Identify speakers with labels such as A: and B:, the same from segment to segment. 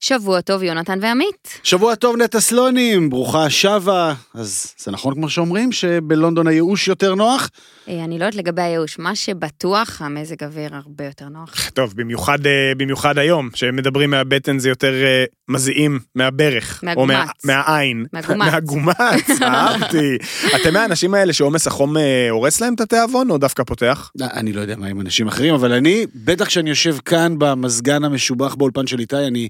A: שבוע טוב, יונתן ועמית.
B: שבוע טוב נטע סלונים, ברוכה שבה. אז זה נכון כמו שאומרים, שבלונדון הייאוש יותר נוח?
A: אה, אני לא יודעת לגבי הייאוש, מה שבטוח, המזג אוויר הרבה יותר נוח.
C: טוב, במיוחד, אה, במיוחד היום, שמדברים מהבטן זה יותר אה, מזיעים מהברך. או מה,
A: מהגומץ.
C: מהעין.
A: מהגומץ.
C: מהגומץ, אהבתי. אתם מהאנשים האלה שעומס החום אה, הורס להם את התיאבון, או דווקא פותח?
B: אה, אני לא יודע מה עם אנשים אחרים, אבל אני, בטח כשאני יושב כאן במזגן המשובח באולפן של איתי, אני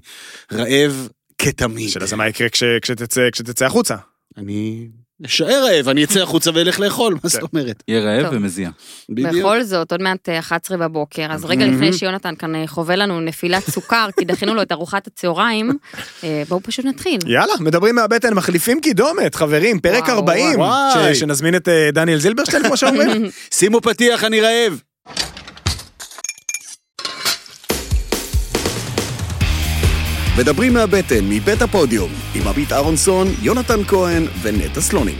B: רעב כתמיד.
C: השאלה זה מה יקרה כש, כשתצא, כשתצא החוצה.
B: אני אשאר רעב, אני אצא החוצה ואלך לאכול, מה זאת אומרת?
D: יהיה רעב
A: טוב.
D: ומזיע.
B: בדיוק.
A: בכל זאת, עוד מעט אה, 11 בבוקר, אז רגע לפני שיונתן כאן אה, חווה לנו נפילת סוכר, כי דחינו לו את ארוחת הצהריים, אה, בואו פשוט נתחיל.
C: יאללה, מדברים מהבטן, מחליפים קידומת, חברים, פרק
A: וואו,
C: 40,
B: וואו.
C: ש, שנזמין את אה, דניאל זילברשטיין, כמו שאומרים.
B: שימו פתיח, אני רעב.
E: מדברים מהבטן, מבית הפודיום, עם עמית אהרונסון, יונתן כהן ונטע סלונים.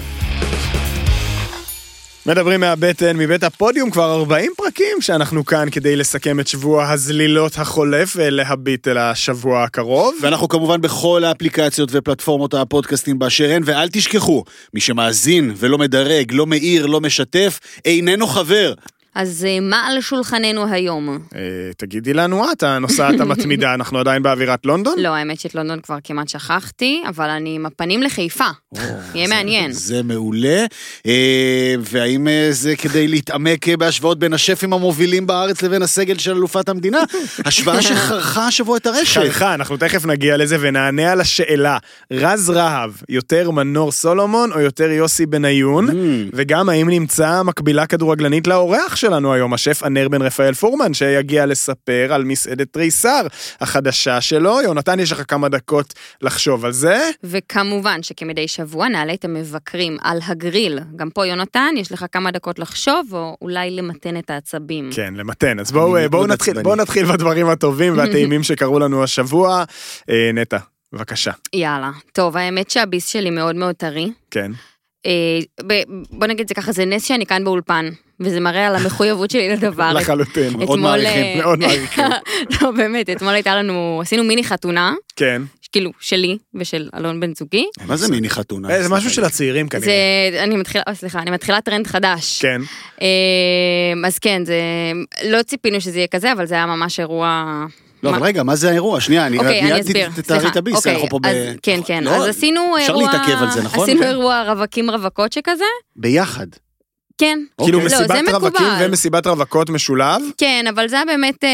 C: מדברים מהבטן, מבית הפודיום, כבר 40 פרקים שאנחנו כאן כדי לסכם את שבוע הזלילות החולף ולהביט אל השבוע הקרוב.
B: ואנחנו כמובן בכל האפליקציות ופלטפורמות הפודקאסטים באשר הן, ואל תשכחו, מי שמאזין ולא מדרג, לא מאיר, לא משתף, איננו חבר.
A: אז אה, מה על שולחננו היום?
C: אה, תגידי לנו את, הנוסעת המתמידה, אנחנו עדיין באווירת לונדון?
A: לא, האמת שאת לונדון כבר כמעט שכחתי, אבל אני עם הפנים לחיפה. יהיה מעניין.
B: זה מעולה. אה, והאם אה, זה כדי להתעמק אה, בהשוואות בין השפים המובילים בארץ לבין הסגל של אלופת המדינה? השוואה שחרכה השבוע את הרשת.
C: שלך, אנחנו תכף נגיע לזה ונענה על השאלה, רז רהב, יותר מנור סולומון או יותר יוסי
B: Mm.
C: בניון? וגם האם נמצא מקבילה כדורגלנית לאורח שלנו היום, השף ענר בן רפאל פורמן, שיגיע לספר על מסעדת תריסר החדשה שלו. יונתן, יש לך כמה דקות לחשוב על זה.
A: וכמובן שכמדי שבוע נעלה את המבקרים על הגריל. גם פה, יונתן, יש לך כמה דקות לחשוב, או אולי למתן את העצבים.
C: כן, למתן. אז בואו
B: אני
C: אה, בואו
B: מאוד
C: נתחיל,
B: עצבני.
C: בואו נתחיל בדברים הטובים והטעימים שקרו לנו השבוע. אה, נטע, בבקשה.
A: יאללה. טוב, האמת שהביס שלי מאוד מאוד טרי.
C: כן.
A: אה, ב- בוא נגיד את זה ככה, זה נס שאני כאן באולפן, וזה מראה על המחויבות שלי לדבר.
C: לחלוטין.
A: אתמול,
C: מאוד מעריכים,
A: אה,
C: מאוד מעריכים.
A: לא, באמת, אתמול הייתה לנו, עשינו מיני חתונה,
C: כן.
A: כאילו, שלי ושל אלון בן זוגי.
B: לא, מה זה מיני חתונה?
C: אה, זה משהו של הצעירים
A: זה,
C: כנראה.
A: אני מתחילה, אה, סליחה, אני מתחילה טרנד חדש.
C: כן.
A: אמ, אז כן, זה, לא ציפינו שזה יהיה כזה, אבל זה היה ממש אירוע...
B: לא,
A: מה-
B: אבל רגע, מה זה האירוע? שנייה, אני
A: אוקיי, אני
B: מיד
A: אסביר.
B: ת- תתארי את הביס,
A: אוקיי,
B: אנחנו פה ב...
A: אז כן, כן.
B: לא,
A: אז עשינו
B: אפשר
A: אירוע...
B: להתעכב על זה, נכון?
A: עשינו
B: כן.
A: אירוע רווקים רווקות שכזה?
B: ביחד.
A: כן.
C: כאילו
A: לא, זה
C: מסיבת רווקים
A: מקובל.
C: ומסיבת רווקות משולב.
A: כן, אבל זה היה באמת אמ,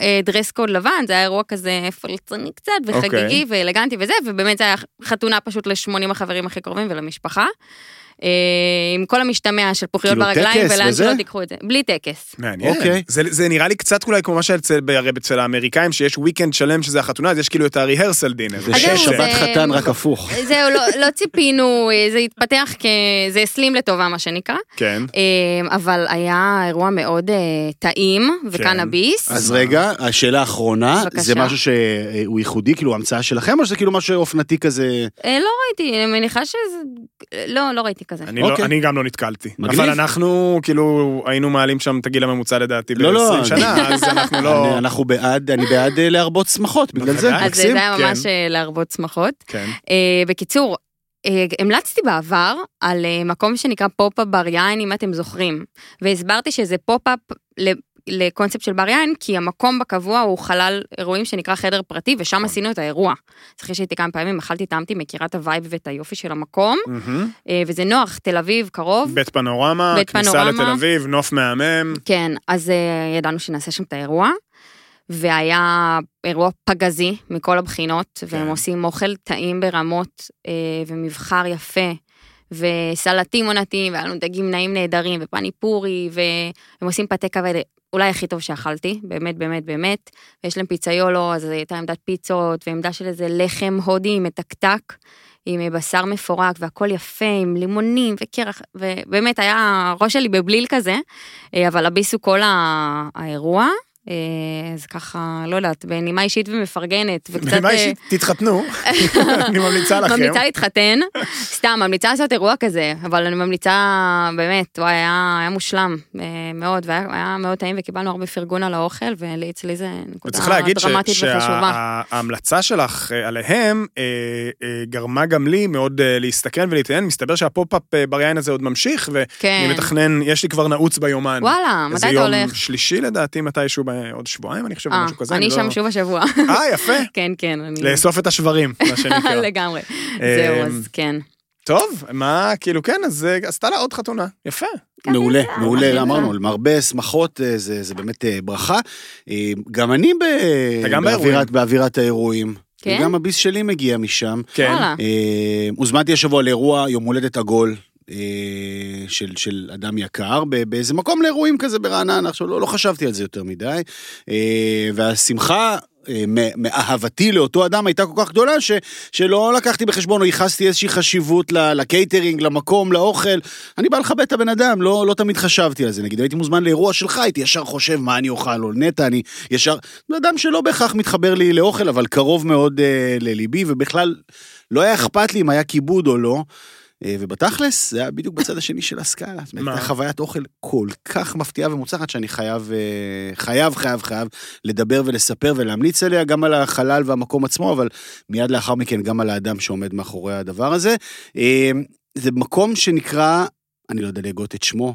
A: אה, דרס קוד לבן, זה היה אירוע כזה פלצני קצת,
B: אוקיי.
A: וחגיגי ואלגנטי וזה, ובאמת זה היה חתונה פשוט ל-80 החברים הכי קרובים ולמשפחה. אה, עם כל המשתמע של פוחיות
B: כאילו
A: ברגליים,
B: טקס
A: ולאן
B: וזה?
A: שלא תיקחו את זה. בלי טקס.
C: מעניין.
B: אוקיי.
C: זה, זה נראה לי קצת אולי כמו מה שאצל הרי אצל האמריקאים, שיש weekend שלם שזה החתונה, אז יש כאילו את ה-rehearsal dinner. אוקיי.
B: זה
A: אז זהו, אה,
B: שבת
A: זה-
B: חתן רק הפוך.
A: זהו, לא, לא ציפינו, אה, זה התפתח כ... זה הסלים לטובה, מה שנקרא.
C: כן.
A: אה, אבל היה אירוע מאוד אה, טעים, וכאן
C: כן.
A: הביס.
B: אז רגע, השאלה האחרונה,
A: בבקשה.
B: זה משהו שהוא ייחודי, כאילו המצאה שלכם, או שזה כאילו משהו אופנתי כזה?
A: אה, לא ראיתי, אני מניחה שזה... לא, לא ראיתי כזה.
C: אני, לא,
B: אוקיי.
C: אני גם לא נתקלתי.
B: מגניב.
C: אבל אנחנו כאילו היינו מעלים שם את הגיל הממוצע לדעתי
B: לא, לא,
C: ב-20 שנה, אז אנחנו לא...
B: אני- אנחנו בעד, אני בעד אה, להרבות שמחות, בגלל זה,
C: בוודאי.
A: אז זה
B: מקסים.
A: היה
C: כן.
A: ממש אה, להרבות שמחות.
C: כן.
A: אה, בקיצור, אה, המלצתי בעבר על אה, מקום שנקרא פופ-אפ בר יין, אם אתם זוכרים. והסברתי שזה פופ-אפ ל- לקונספט של בר יין, כי המקום בקבוע הוא חלל אירועים שנקרא חדר פרטי, ושם עשינו את האירוע. אז אחרי שהייתי כמה פעמים, אכלתי, טעמתי, מכירה את הווייב ואת היופי של המקום,
C: מהמם.
A: אה, וזה נוח, תל אביב, קרוב.
C: Mm-hmm. בית פנורמה,
A: בית
C: כניסה
A: פנורמה.
C: לתל אביב, נוף מהמם.
A: כן, אז אה, ידענו שנעשה שם את האירוע, והיה אירוע פגזי מכל הבחינות, כן. והם עושים אוכל טעים ברמות אה, ומבחר יפה. וסלטים עונתיים, והיה לנו דגים נעים נהדרים, ופני פורי, והם עושים פתה כבד, אולי הכי טוב שאכלתי, באמת, באמת, באמת. ויש להם פיציולו, אז הייתה עמדת פיצות, ועמדה של איזה לחם הודי מתקתק, עם אה, בשר מפורק, והכל יפה, עם לימונים וקרח, ובאמת היה, הראש שלי בבליל כזה. אה, אבל הביס הוא כל ה- האירוע, אה, אז ככה, לא יודעת, בנימה אישית ומפרגנת, וקצת...
C: בנימה
A: אה,
C: אישית, תתחתנו, אני ממליצה לכם.
A: ממליצה להתחתן, סתם, ממליצה לעשות אירוע כזה, אבל אני ממליצה, באמת, וואי, היה, היה מושלם אה, מאוד, והיה היה מאוד טעים, וקיבלנו הרבה פרגון על האוכל, ואצלי זה נקודה
C: וצריך להגיד
A: דרמטית וחשובה.
C: שההמלצה שלך אה, עליהם אה, אה, גרמה גם לי מאוד אה, להסתקרן ולהתעניין. מסתבר שהפופ-אפ אה, בריאיין הזה עוד ממשיך, ואני
A: כן.
C: מתכנן, יש לי כבר נעוץ ביומן.
A: וואלה, מתי אתה
C: איזה יום
A: הולך?
C: שלישי לדעתי, מתישהו בעוד שבועיים, אני חושב, או
A: אה,
C: משהו כזה.
A: אני
C: לא-
A: שם שוב השבוע.
C: אה, יפה.
A: כן, כן, אני...
C: לאסוף את השברים, מה שנקרא.
A: לגמרי. זהו,
C: אמ,
A: אז כן.
C: טוב, מה, כאילו, כן, אז אה, עשתה לה עוד חתונה. יפה.
B: מעולה, מעולה,
C: כן.
A: מעולה.
B: אמרנו, למרבה שמחות אה, זה זה באמת אה, ברכה. אה, גם אני ב-
C: אתה גם
B: באווירת-
C: באירועים.
B: באווירת האירועים.
A: כן?
B: וגם הביס שלי מגיע משם.
C: כן.
A: וואלה.
B: אה, הוזמנתי השבוע לאירוע יום הולדת עגול. אה, של, של אדם יקר, ב- באיזה מקום לאירועים כזה ברעננה, עכשיו לא, לא חשבתי על זה יותר מדי. אה, והשמחה אה, מ- מאהבתי לאותו אדם הייתה כל כך גדולה, ש, שלא לקחתי בחשבון או ייחסתי איזושהי חשיבות ל- לקייטרינג, למקום, לאוכל. אני בא לכבד את הבן אדם, לא, לא תמיד חשבתי על זה. נגיד, הייתי מוזמן לאירוע שלך, הייתי ישר חושב מה אני אוכל, או נטע, אני ישר... בן אדם שלא בהכרח מתחבר לי לאוכל, אבל קרוב מאוד אה, לליבי, ובכלל לא היה אכפת לי אם היה כיבוד או לא. אה, ובתכלס, זה היה בדיוק בצד השני של הסקאלה. זאת אומרת,
C: מה?
B: הייתה חוויית אוכל כל כך מפתיעה ומוצלחת, שאני חייב, אה, חייב, חייב, חייב לדבר ולספר ולהמליץ עליה, גם על החלל והמקום עצמו, אבל מיד לאחר מכן גם על האדם שעומד מאחורי הדבר הזה. אה, זה מקום שנקרא, אני לא יודע להגות את שמו,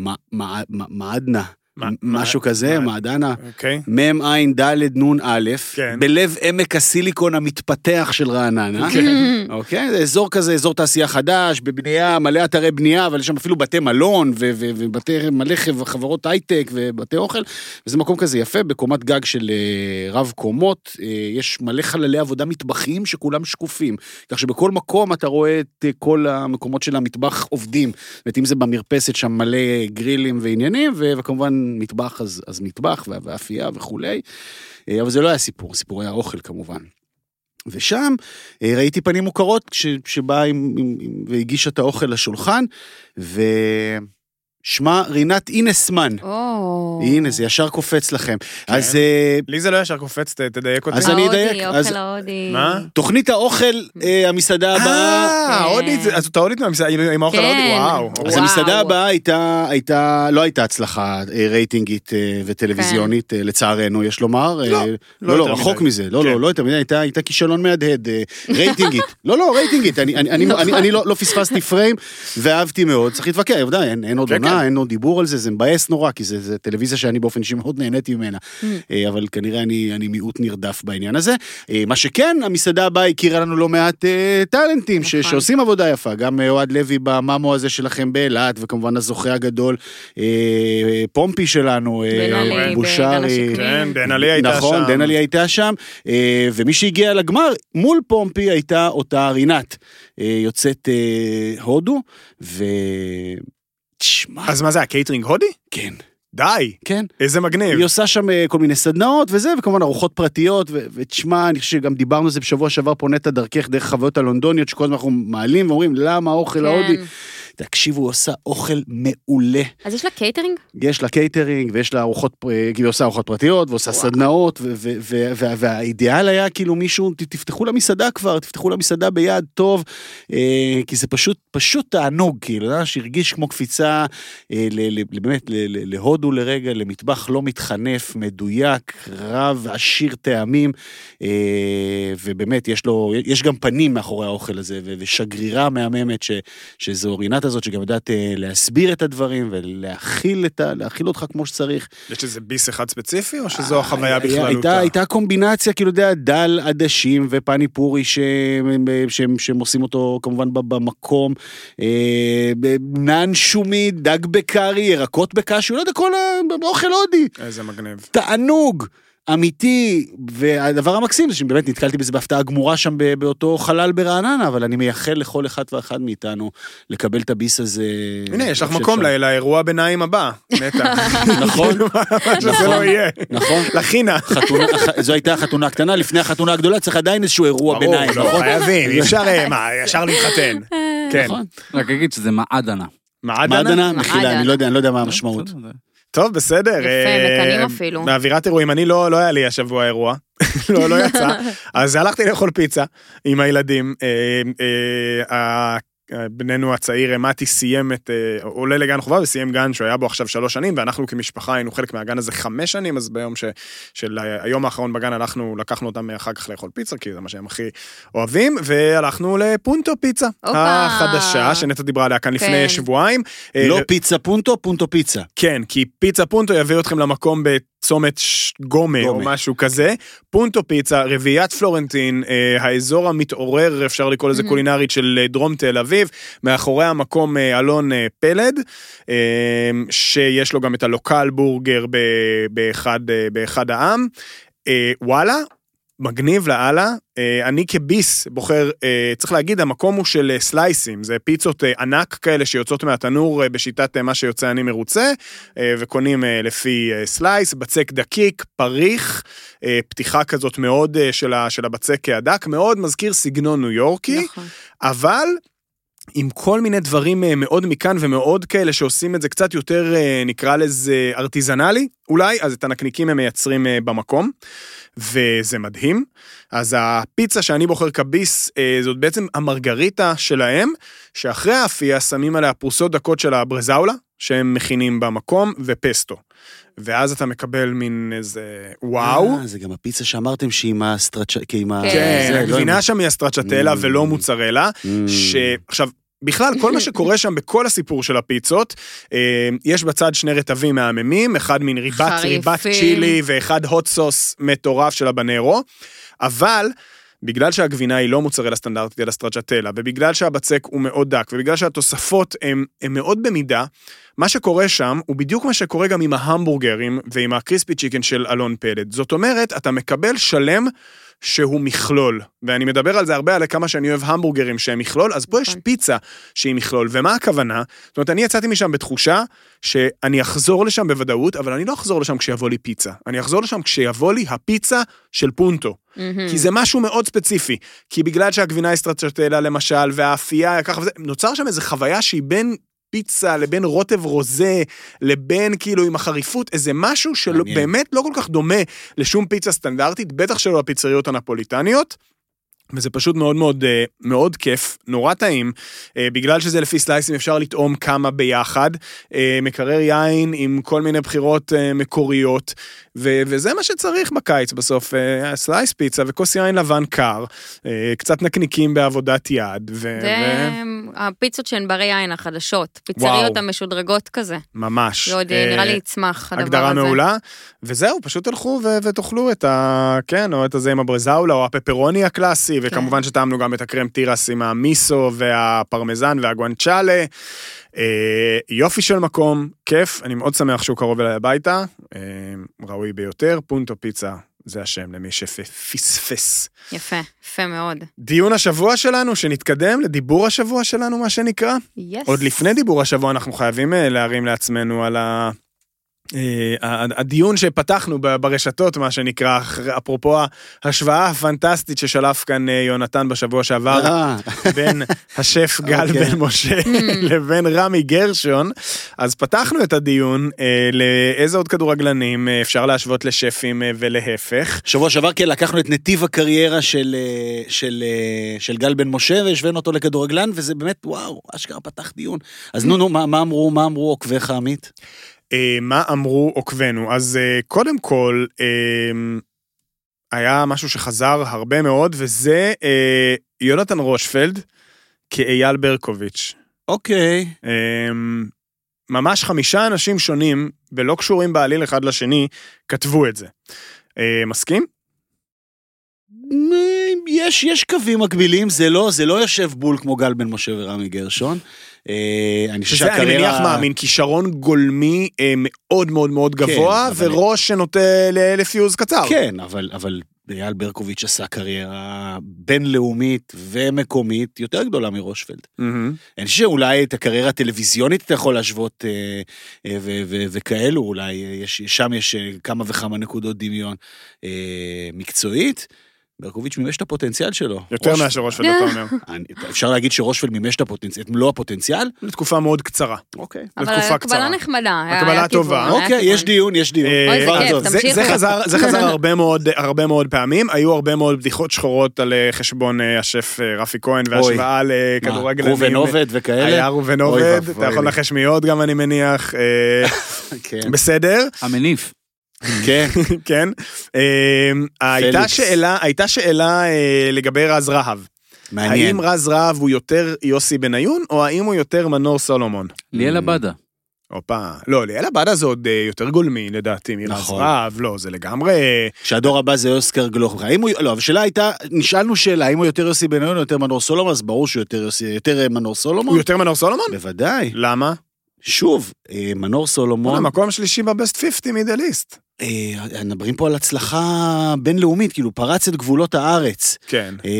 B: מ- מע- מ- מעדנה,
C: מה-
B: משהו כזה,
C: מה-
B: מעדנה.
C: אוקיי.
B: מ, עין, ד', נ', א',
C: כן.
B: בלב עמק הסיליקון המתפתח של רעננה.
A: כן.
B: אוקיי? זה אזור כזה, אזור תעשייה חדש, בבנייה, מלא אתרי בנייה, אבל יש שם אפילו בתי מלון, ו- ו- ובתי, מלא חב- חברות הייטק ובתי אוכל. וזה מקום כזה יפה, בקומת גג של אה, רב קומות. אה, יש מלא חללי עבודה מטבחיים שכולם שקופים. כך שבכל מקום אתה רואה את אה, כל המקומות של המטבח עובדים. זאת אומרת, אם זה במרפסת שם מלא גרילים ועניינים, ו- וכמובן מטבח אז, אז מטבח, וה- ואפייה וכולי. אה, אבל זה לא היה סיפור, סיפורי האוכל כמובן. ושם אה, ראיתי פנים מוכרות כש- שבאה עם- עם- עם- והגישה את האוכל לשולחן, ושמה רינת אינסמן.
A: או...
B: הנה, זה ישר קופץ לכם. אז אה,
C: לי זה לא ישר קופץ, ת- תדייק אותי.
B: אז אני
A: ההודי,
B: אדייק, אז-
A: אוכל ההודי.
C: מה?
B: תוכנית האוכל, אה, המסעדה הבאה...
C: אה,
A: כן.
C: הודית, זה- אז אתה הודית מהמסעדה, עם האוכל
A: כן.
C: ההודי, וואו.
A: אז
B: אז
A: וואו.
B: המסעדה הבאה הייתה, הייתה, לא הייתה הצלחה אה, רייטינגית אה, וטלוויזיונית, אה, לצערנו, יש לומר. אה,
C: לא,
B: לא, לא,
C: יותר
B: רחוק
C: מדי.
B: מזה, לא,
C: כן.
B: לא, לא יותר מדי, הייתה- הייתה כישלון מהדהד, אה, רייטינגית. לא, לא, רייטינגית, אני- אני- אני- אני אני לא לא פספסתי פריים, ואהבתי מאוד, צריך להתווכח, ודאי, אין- אין עוד
C: כן, כן.
B: עונה, אין עוד דיבור על זה, זה מבאס נורא, כי זה זה טלוויזיה שאני באופן אישי מאוד נהניתי ממנה. אה, אבל כנראה אני אני מיעוט נרדף בעניין הזה. אה, מה שכן, המסעדה הבאה הכירה לנו לא מעט אה, טאלנטים ש-
A: נכון.
B: שעושים עבודה יפה, גם אה, אוהד לוי במאמו הזה שלכם באילת, וכמובן הזוכה הגדול, אה, אה, פומפי שלנו, אה,
A: בן-עלי, בן
B: בושרי.
A: השקמים.
C: כן, דנאלי הייתה שם.
B: נכון, דנלי הייתה שם, אה, ומי שהגיעה לגמר מול פומפי הייתה אותה רינת, אה, יוצאת אה, הודו, ו... תשמע,
C: אז מה זה, הקייטרינג הודי?
B: כן,
C: די,
B: כן.
C: איזה מגניב.
B: היא עושה שם אה, כל מיני סדנאות וזה, וכמובן ארוחות פרטיות, ו- ותשמע, אני חושב שגם דיברנו על זה בשבוע שעבר פה נטע דרכך, דרך החוויות הלונדוניות, שכל הזמן אנחנו מעלים ואומרים, למה האוכל ההודי?
A: כן.
B: תקשיבו, הוא עושה אוכל מעולה.
A: אז יש לה קייטרינג?
B: יש לה קייטרינג, ויש לה ארוחות, פר- היא עושה ארוחות פרטיות, ועושה
A: וואו.
B: סדנאות, ו- ו- ו- וה- והאידיאל היה כאילו מישהו, "ת- תפתחו לה מסעדה כבר, תפתחו לה מסעדה ביד טוב, אה, כי זה פשוט, פשוט תענוג, כאילו, אתה יודע, שהרגיש כמו קפיצה, אה, ל- ל- ל- באמת, ל- ל- להודו לרגע, למטבח לא מתחנף, מדויק, רב, עשיר טעמים, אה, ובאמת, יש לו, יש גם פנים מאחורי האוכל הזה, ו- ושגרירה מהממת ש... שזו רינת הזאת שגם יודעת אה, להסביר את הדברים ולהכיל את ה... להכיל אותך כמו שצריך.
C: יש איזה ביס אחד ספציפי, או שזו החוויה
B: אה, היה-
C: בכללותה?
B: הייתה, הייתה קומבינציה, כאילו, אתה יודע, דל עדשים ופני פורי שהם, שהם, שהם עושים אותו כמובן ב- במקום, אה, נען שומי, דג בקרי, ירקות בקשיו, לא יודע, כל ה- אוכל הודי.
C: איזה מגניב.
B: תענוג. אמיתי, והדבר המקסים זה שבאמת נתקלתי בזה בהפתעה גמורה שם ב- באותו חלל ברעננה, אבל אני מייחל לכל אחד ואחד מאיתנו לקבל את הביס הזה.
C: הנה, יש לך
B: שאפשר.
C: מקום לא- לאירוע ביניים הבא, נטע.
B: נכון,
C: מה שזה לא יהיה.
B: נכון.
C: לחינה.
B: חתונה, ח- זו הייתה החתונה הקטנה, לפני החתונה הגדולה צריך עדיין איזשהו אירוע
C: ברור,
B: ביניים,
C: לא,
B: נכון?
C: חייבים, אי אפשר, אה, מה, ישר להתחתן. כן.
B: נכון.
D: רק אגיד שזה מעדנה.
C: מעדנה?
B: מעדנה, מחילה,
A: מעדנה.
B: אני לא יודע, אני לא יודע מה המשמעות.
D: בסדר, זה-
C: טוב, בסדר.
A: יפה,
C: אה,
A: מקנאים אפילו.
C: באווירת אירועים, אני לא, לא היה לי השבוע אירוע, לא, לא יצא. אז הלכתי לאכול פיצה עם הילדים. אה, אה, ה- אה, בננו הצעיר, אה, מתי, סיים את... אה, עולה לגן חובה וסיים גן שהוא היה בו עכשיו שלוש שנים, ואנחנו כמשפחה היינו חלק מהגן הזה חמש שנים, אז ביום ש, של ה- היום האחרון בגן הלכנו, לקחנו אותם אה, אחר כך לאכול פיצה, כי זה מה שהם הכי אוהבים, והלכנו לפונטו פיצה.
A: הופה.
C: החדשה, שנטע דיברה עליה כאן לפני
A: כן.
C: שבועיים. אה,
B: לא פיצה פונטו, פונטו פיצה.
C: כן, כי פיצה פונטו יביא אתכם למקום בצומת ש- גומה או
B: גומה.
C: משהו כזה. פונטו פיצה, רביעיית פלורנטין, אה, האזור המתעורר, אפשר לקרוא לזה
A: Mhm.
C: קולינרית, של אה, דרום תל אביב, מאחורי המקום אה, אלון אה, פלד, אה, שיש לו גם את הלוקל בורגר ב- באחד, אה, באחד העם. אה, וואלה, מגניב לאללה. אה, אני כביס בוחר, אה, צריך להגיד, המקום הוא של אה, סלייסים, זה פיצות אה, ענק כאלה שיוצאות מהתנור אה, בשיטת אה, מה שיוצא אני מרוצה, אה, וקונים אה, לפי אה, סלייס, בצק דקיק, פריך, אה, פתיחה כזאת מאוד אה, של ה- של הבצק הדק, מאוד מזכיר סגנון ניו יורקי.
A: נכון.
C: אבל עם כל מיני דברים אה, מאוד מכאן ומאוד כאלה שעושים את זה קצת יותר, אה, נקרא לזה ארטיזנלי אולי, אז את הנקניקים הם מייצרים אה, במקום, וזה מדהים. אז הפיצה שאני בוחר כביס, אה, זאת בעצם המרגריטה שלהם, שאחרי האפייה שמים עליה פרוסות דקות של הברזאולה, שהם מכינים במקום, ופסטו. ואז אתה מקבל מין איזה וואו.
B: אה, זה גם הפיצה שאמרתם שהיא עם הסטרצ'ה, כי עם ה...
A: כן,
C: כן,
B: זה, לא עם-
C: הגבינה שם היא הסטרצ'טלה
B: Mm.
C: ולא מוצרלה.
B: Mm.
C: ש... עכשיו, בכלל, כל מה שקורה שם בכל הסיפור של הפיצות, אה, יש בצד שני רטבים מהממים, אחד מין ריבת,
A: חריפים.
C: ריבת צ'ילי ואחד הוט סוס מטורף של הבנרו, אבל... בגלל שהגבינה היא לא מוצרלה סטנדרטית אלא סטרצ'טלה, ובגלל שהבצק הוא מאוד דק, ובגלל שהתוספות הן הן מאוד במידה, מה שקורה שם הוא בדיוק מה שקורה גם עם ההמבורגרים ועם הקריספי צ'יקן של אלון פלד. זאת אומרת, אתה מקבל שלם שהוא מכלול. ואני מדבר על זה הרבה, על כמה שאני אוהב המבורגרים שהם מכלול, אז פה יש
A: נכון.
C: פיצה שהיא מכלול. ומה הכוונה? זאת אומרת, אני יצאתי משם בתחושה שאני אחזור לשם בוודאות, אבל אני לא אחזור לשם כשיבוא לי פיצה. אני אחזור לשם כשיבוא לי הפיצה של פונטו.
A: מהמם.
C: כי זה משהו מאוד ספציפי. כי בגלל שהגבינה היא סטרצ'טלה למשל, והאפייה ככה וזה, נוצר שם איזו חוויה שהיא בין פיצה לבין רוטב רוזה, לבין כאילו עם החריפות, איזה משהו
B: מעניין.
C: שבאמת לא כל כך דומה לשום פיצה סטנדרטית, בטח שלא לפיצריות הנפוליטניות. וזה פשוט מאוד מאוד אה, מאוד כיף, נורא טעים. אה, בגלל שזה לפי סלייסים אפשר לטעום כמה ביחד. אה, מקרר יין עם כל מיני בחירות אה, מקוריות, ו- וזה מה שצריך בקיץ בסוף, אה, סלייס פיצה וכוס יין לבן קר, אה, קצת נקניקים בעבודת יד, ו-
A: זה
C: ו-
A: הפיצות שהן ברי יין החדשות, פיצריות המשודרגות כזה.
C: ממש.
A: זה עוד
C: אה,
A: אה, נראה לי יצמח, הדבר הזה.
C: הגדרה מעולה, וזהו, פשוט תלכו ו- ותאכלו את ה... כן, או את הזה עם הברזאולה, או הפפרוני הקלאסי,
A: כן.
C: וכמובן שטעמנו גם את הקרם תירס עם המיסו והפרמזן והגואנצ'אלה. אה, יופי של מקום, כיף, אני מאוד שמח שהוא קרוב אליי הביתה, אה, ראוי ביותר, פונטו פיצה. זה השם למי שפספס.
A: יפה, יפה מאוד.
C: דיון השבוע שלנו, שנתקדם לדיבור השבוע שלנו, מה שנקרא.
A: יס.
C: עוד לפני דיבור השבוע אנחנו חייבים אה, להרים לעצמנו על ה... אה, ה- הדיון שפתחנו ב- ברשתות, מה שנקרא, אח- אפרופו ההשוואה הפנטסטית ששלף כאן אה, יונתן בשבוע שעבר,
B: אה,
C: בין השף גל
B: אוקיי.
C: בן משה לבין רמי גרשון, אז פתחנו את הדיון אה, לאיזה עוד כדורגלנים אה, אפשר להשוות לשפים אה, ולהפך.
B: שבוע שעבר כן לקחנו את נתיב הקריירה של, אה, של, אה, של גל בן משה והשווינו אותו לכדורגלן וזה באמת וואו אשכרה פתח דיון. אז נו נו מה, מה אמרו מה אמרו עוקביך עמית?
C: אה, מה אמרו עוקבנו? אז אה, קודם כל, אה, היה משהו שחזר הרבה מאוד, וזה אה, יונתן רושפלד כאייל ברקוביץ'.
B: אוקיי.
C: אה, ממש חמישה אנשים שונים, ולא קשורים בעליל אחד לשני, כתבו את זה. אה, מסכים?
B: מ- יש, יש קווים מקבילים, זה לא, זה לא יושב בול כמו גל בן משה ורמי גרשון. אה, אני חושב
C: שזה,
B: שהקריירה...
C: אני מניח, מאמין, כישרון גולמי אה, מאוד מאוד מאוד גבוה,
B: כן, אבל-
C: וראש שנוטה ל- לפיוז קצר.
B: כן, אבל, אבל אייל ברקוביץ' עשה קריירה בינלאומית ומקומית יותר גדולה מרושפלד.
C: מהמם.
B: אני חושב שאולי את הקריירה הטלוויזיונית אתה יכול להשוות אה, אה, ו- ו- וכאלו, אולי אה, יש, שם יש אה, כמה וכמה נקודות דמיון אה, מקצועית. ברקוביץ' מימש את הפוטנציאל שלו.
C: יותר
B: ראש-
C: מאשר רושפלד, אתה אומר.
B: אני- אפשר להגיד שרושפלד מימש את הפוטנציאל, את מלוא הפוטנציאל?
C: לתקופה מאוד קצרה.
B: אוקיי.
A: אבל
C: לתקופה
A: הקבלה
C: קצרה.
A: נחמדה. היה-
C: הקבלה
A: היה כיוון,
C: טובה.
A: היה
B: אוקיי,
A: כיוון.
B: יש דיון, יש דיון.
C: אה,
A: אוי, זה
B: כבר
A: כיף,
B: זאת.
C: זה-
A: תמשיך.
C: זה חזר- זה חזר הרבה מאוד- הרבה מאוד פעמים, היו הרבה מאוד בדיחות שחורות על אה, חשבון אה, השף אה, רפי כהן אה, והשוואה
B: מה,
C: לכדורגלנים.
B: אה, ראובן עובד וכאלה?
C: היה ראובן
B: אוי
C: עובד,
B: ואבוי
C: אתה יכול
B: לי.
C: לנחש מי עוד גם אני מניח, אה,
B: כן.
C: בסדר,
D: המניף.
B: כן.
C: כן. אה, הייתה
B: פליקס.
C: שאלה, הייתה שאלה אה, לגבי רז רהב.
B: מעניין.
C: האם רז רהב הוא יותר יוסי בניון, או האם הוא יותר מנור סולומון?
D: ליאל עבדה.
C: הופה, לא, ליאל עבדה זה עוד אה, יותר גולמי לדעתי, מרז
B: נכון.
C: רהב, לא, זה לגמרי...
B: שהדור הבא זה אוסקר גלוך. האם הוא, לא, השאלה הייתה, נשאלנו שאלה, האם הוא יותר יוסי בניון או יותר מנור סולומון, אז ברור שהוא יותר יוסי, יותר אה, מנור
C: הוא
B: סולומון.
C: יותר מנור סולומון?
B: בוודאי.
C: למה?
B: שוב, אה, מנור
C: בואנה,
B: סולומון,
C: מקום שלישי בבסט 50 מידל איסט.
B: אה, מדברים פה על הצלחה בינלאומית, כאילו פרץ את גבולות הארץ.
C: כן.
B: אה,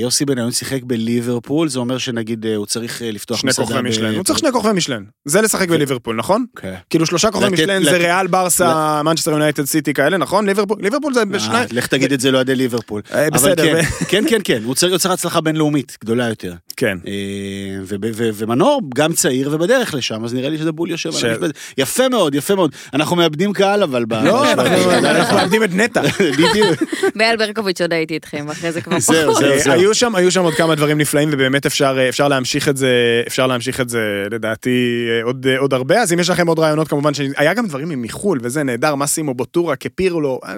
B: יוסי בניון שיחק בליברפול, זה אומר שנגיד אה, הוא צריך אה, לפתוח
C: שני כוכבי משלן. הוא צריך שני כוכבי משלן. זה לשחק בליברפול, נכון?
B: כן.
C: כאילו שלושה כוכבי
B: לתת-
C: משלן
B: לתת-
C: זה ריאל, ברסה, מנצ'סטר יונייטד, סיטי כאלה, נכון? ליברפול ליברפול זה
B: אה,
C: בשניים.
B: לך תגיד את זה לאוהדי ליברפול.
C: אה,
B: אבל
C: בסדר,
B: כן,
C: ו-
B: כן, כן, כן, הוא צריך הוא צריך הצלחה בינלאומית גדולה יותר.
C: כן.
B: אה, וב- ו- ומנור גם צעיר ובדרך לשם, אז נראה לי שזה בול יושב.
C: של-
B: על המשבצת. יפה מאוד, יפה מאוד. אנחנו מאבדים קהל אבל... כן. ב-
C: לא,
B: בשבט.
C: אנחנו אנחנו מאבדים את נטע.
B: בדיוק.
A: באייל ברקוביץ' עוד הייתי איתכם, אחרי זה כבר פחות.
B: זהו, זהו,
C: אה,
B: זהו.
C: היו שם, היו שם עוד כמה דברים נפלאים ובאמת אפשר, אה, אפשר להמשיך את זה, אפשר להמשיך את זה לדעתי אה, עוד, אה, עוד הרבה, אז אם יש לכם עוד רעיונות כמובן, ש- היה גם דברים מחול וזה נהדר, מסימו בוטורה כפירלו, אה,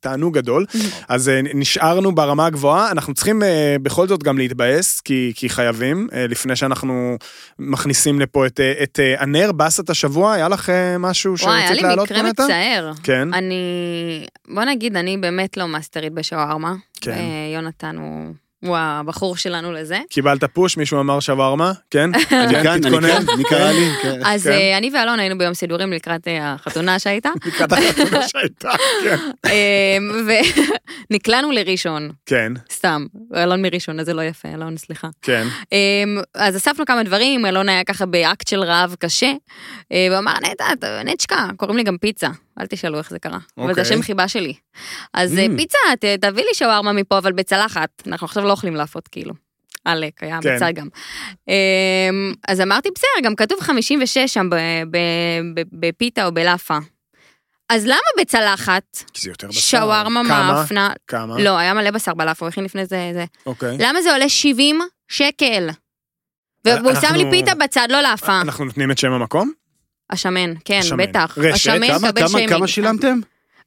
C: תענוג גדול,
A: Mm-hmm.
C: אז אה, נשארנו ברמה הגבוהה, אנחנו צריכים אה, בכל זאת גם להתבאס, כי, כי חייבים, אה, לפני שאנחנו מכניסים לפה את, אה, את אה, הנר, באסת השבוע, היה לך אה, משהו
A: וואי, היה
C: שרצית
A: לי
C: להעלות פה
A: מקרה
C: נטע?
A: מצער.
C: כן,
A: אני, בוא נגיד, אני באמת לא מאסטרית בשווארמה.
C: כן.
A: אה, יונתן הוא... הוא הבחור שלנו לזה.
C: קיבלת פוש, מישהו אמר שווארמה, כן?
B: אני
C: כן,
B: כאן, אני
C: תתכונן.
B: כאן, מי קרא לי? כן.
A: אז
C: כן.
A: אה, אני ואלון היינו ביום סידורים לקראת אה, החתונה שהייתה,
C: לקראת החתונה שהייתה, כן.
A: אה, ונקלענו לראשון,
C: כן,
A: סתם. אלון מראשון, אז זה לא יפה, אלון, סליחה.
C: כן.
A: אמ, אז אספנו כמה דברים, אלון היה ככה באקט של רעב קשה, אה, והוא אמר, נטע, אתה- נצ'קה, קוראים לי גם פיצה, אל תשאלו איך זה קרה, אבל זה
C: אוקיי. Mm.
A: השם חיבה שלי. אז אה, פיצה, ת- תביא לי שווארמה מפה, אבל בצלחת, אנחנו עכשיו לא אוכלים לאפות, כאילו. עלק, היה
C: כן.
A: המצע גם. אמ, אז אמרתי, בסדר, גם כתוב 56 שם ב- ב- ב- בפיתה או בלאפה. אז למה בצלחת?
C: כי זה יותר בשר.
A: שווארמה
C: כמה? אה?
A: מאפנה.
C: כמה?
A: לא, היה מלא בשר בלאפה, הוא הכין לפני זה, זה.
C: אוקיי.
A: למה זה עולה 70 שקל? והוא
C: אנחנו-
A: שם לי פיתה בצד, לא לאפה.
C: אנחנו נותנים את שם המקום?
A: השמן, כן,
C: השמן.
A: בטח.
C: רשת,
A: השמן
B: כמה-
A: מקבל
B: כמה-
A: שיימינג.
B: כמה שילמתם?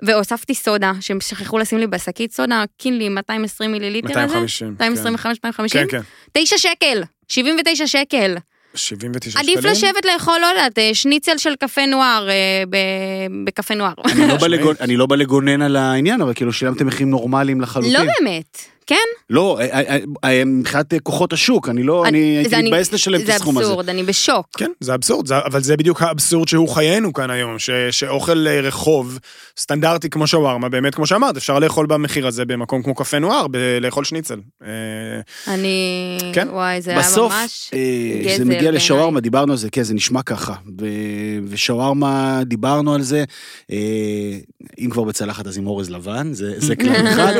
A: והוספתי סודה, שהם שכחו לשים לי בשקית סודה, קינלי 220 מיליליטר הזה.
C: 250. כן.
A: 225, 250?
C: כן, כן.
A: 9 שקל! 79 שקל.
C: 79 שקלים?
A: עדיף לשבת לאכול, לא יודעת, אה, שניצל של קפה נוער אה, ב- בקפה נוער.
B: אני לא בא לגונ- אני לא בא לגונן על העניין, אבל כאילו שילמתם מחירים נורמליים
A: לא
B: לחלוטין.
A: באמת, כן?
B: לא, אה, אה, אה, מבחינת אה, כוחות השוק, אני לא, אני
A: זה
B: הייתי מתבאס לשלם את הסכום הזה.
A: זה אבסורד, אני בשוק.
C: כן, זה אבסורד, זה, אבל זה בדיוק האבסורד שהוא חיינו כאן היום, ש, שאוכל אה, רחוב סטנדרטי כמו שווארמה, באמת כמו שאמרת, אפשר לאכול במחיר הזה במקום כמו קפה נוער, ב- לאכול שניצל. אה,
A: אני...
C: כן.
A: וואי, זה היה ממש...
B: בסוף, אה,
A: גזל
B: זה מגיע
A: בעיניי.
B: לשווארמה, דיברנו על זה, כן, זה נשמע ככה. ו- ושווארמה, דיברנו על זה, אה, אם כבר בצלחת אז עם אורז לבן, זה זה כלל אחד.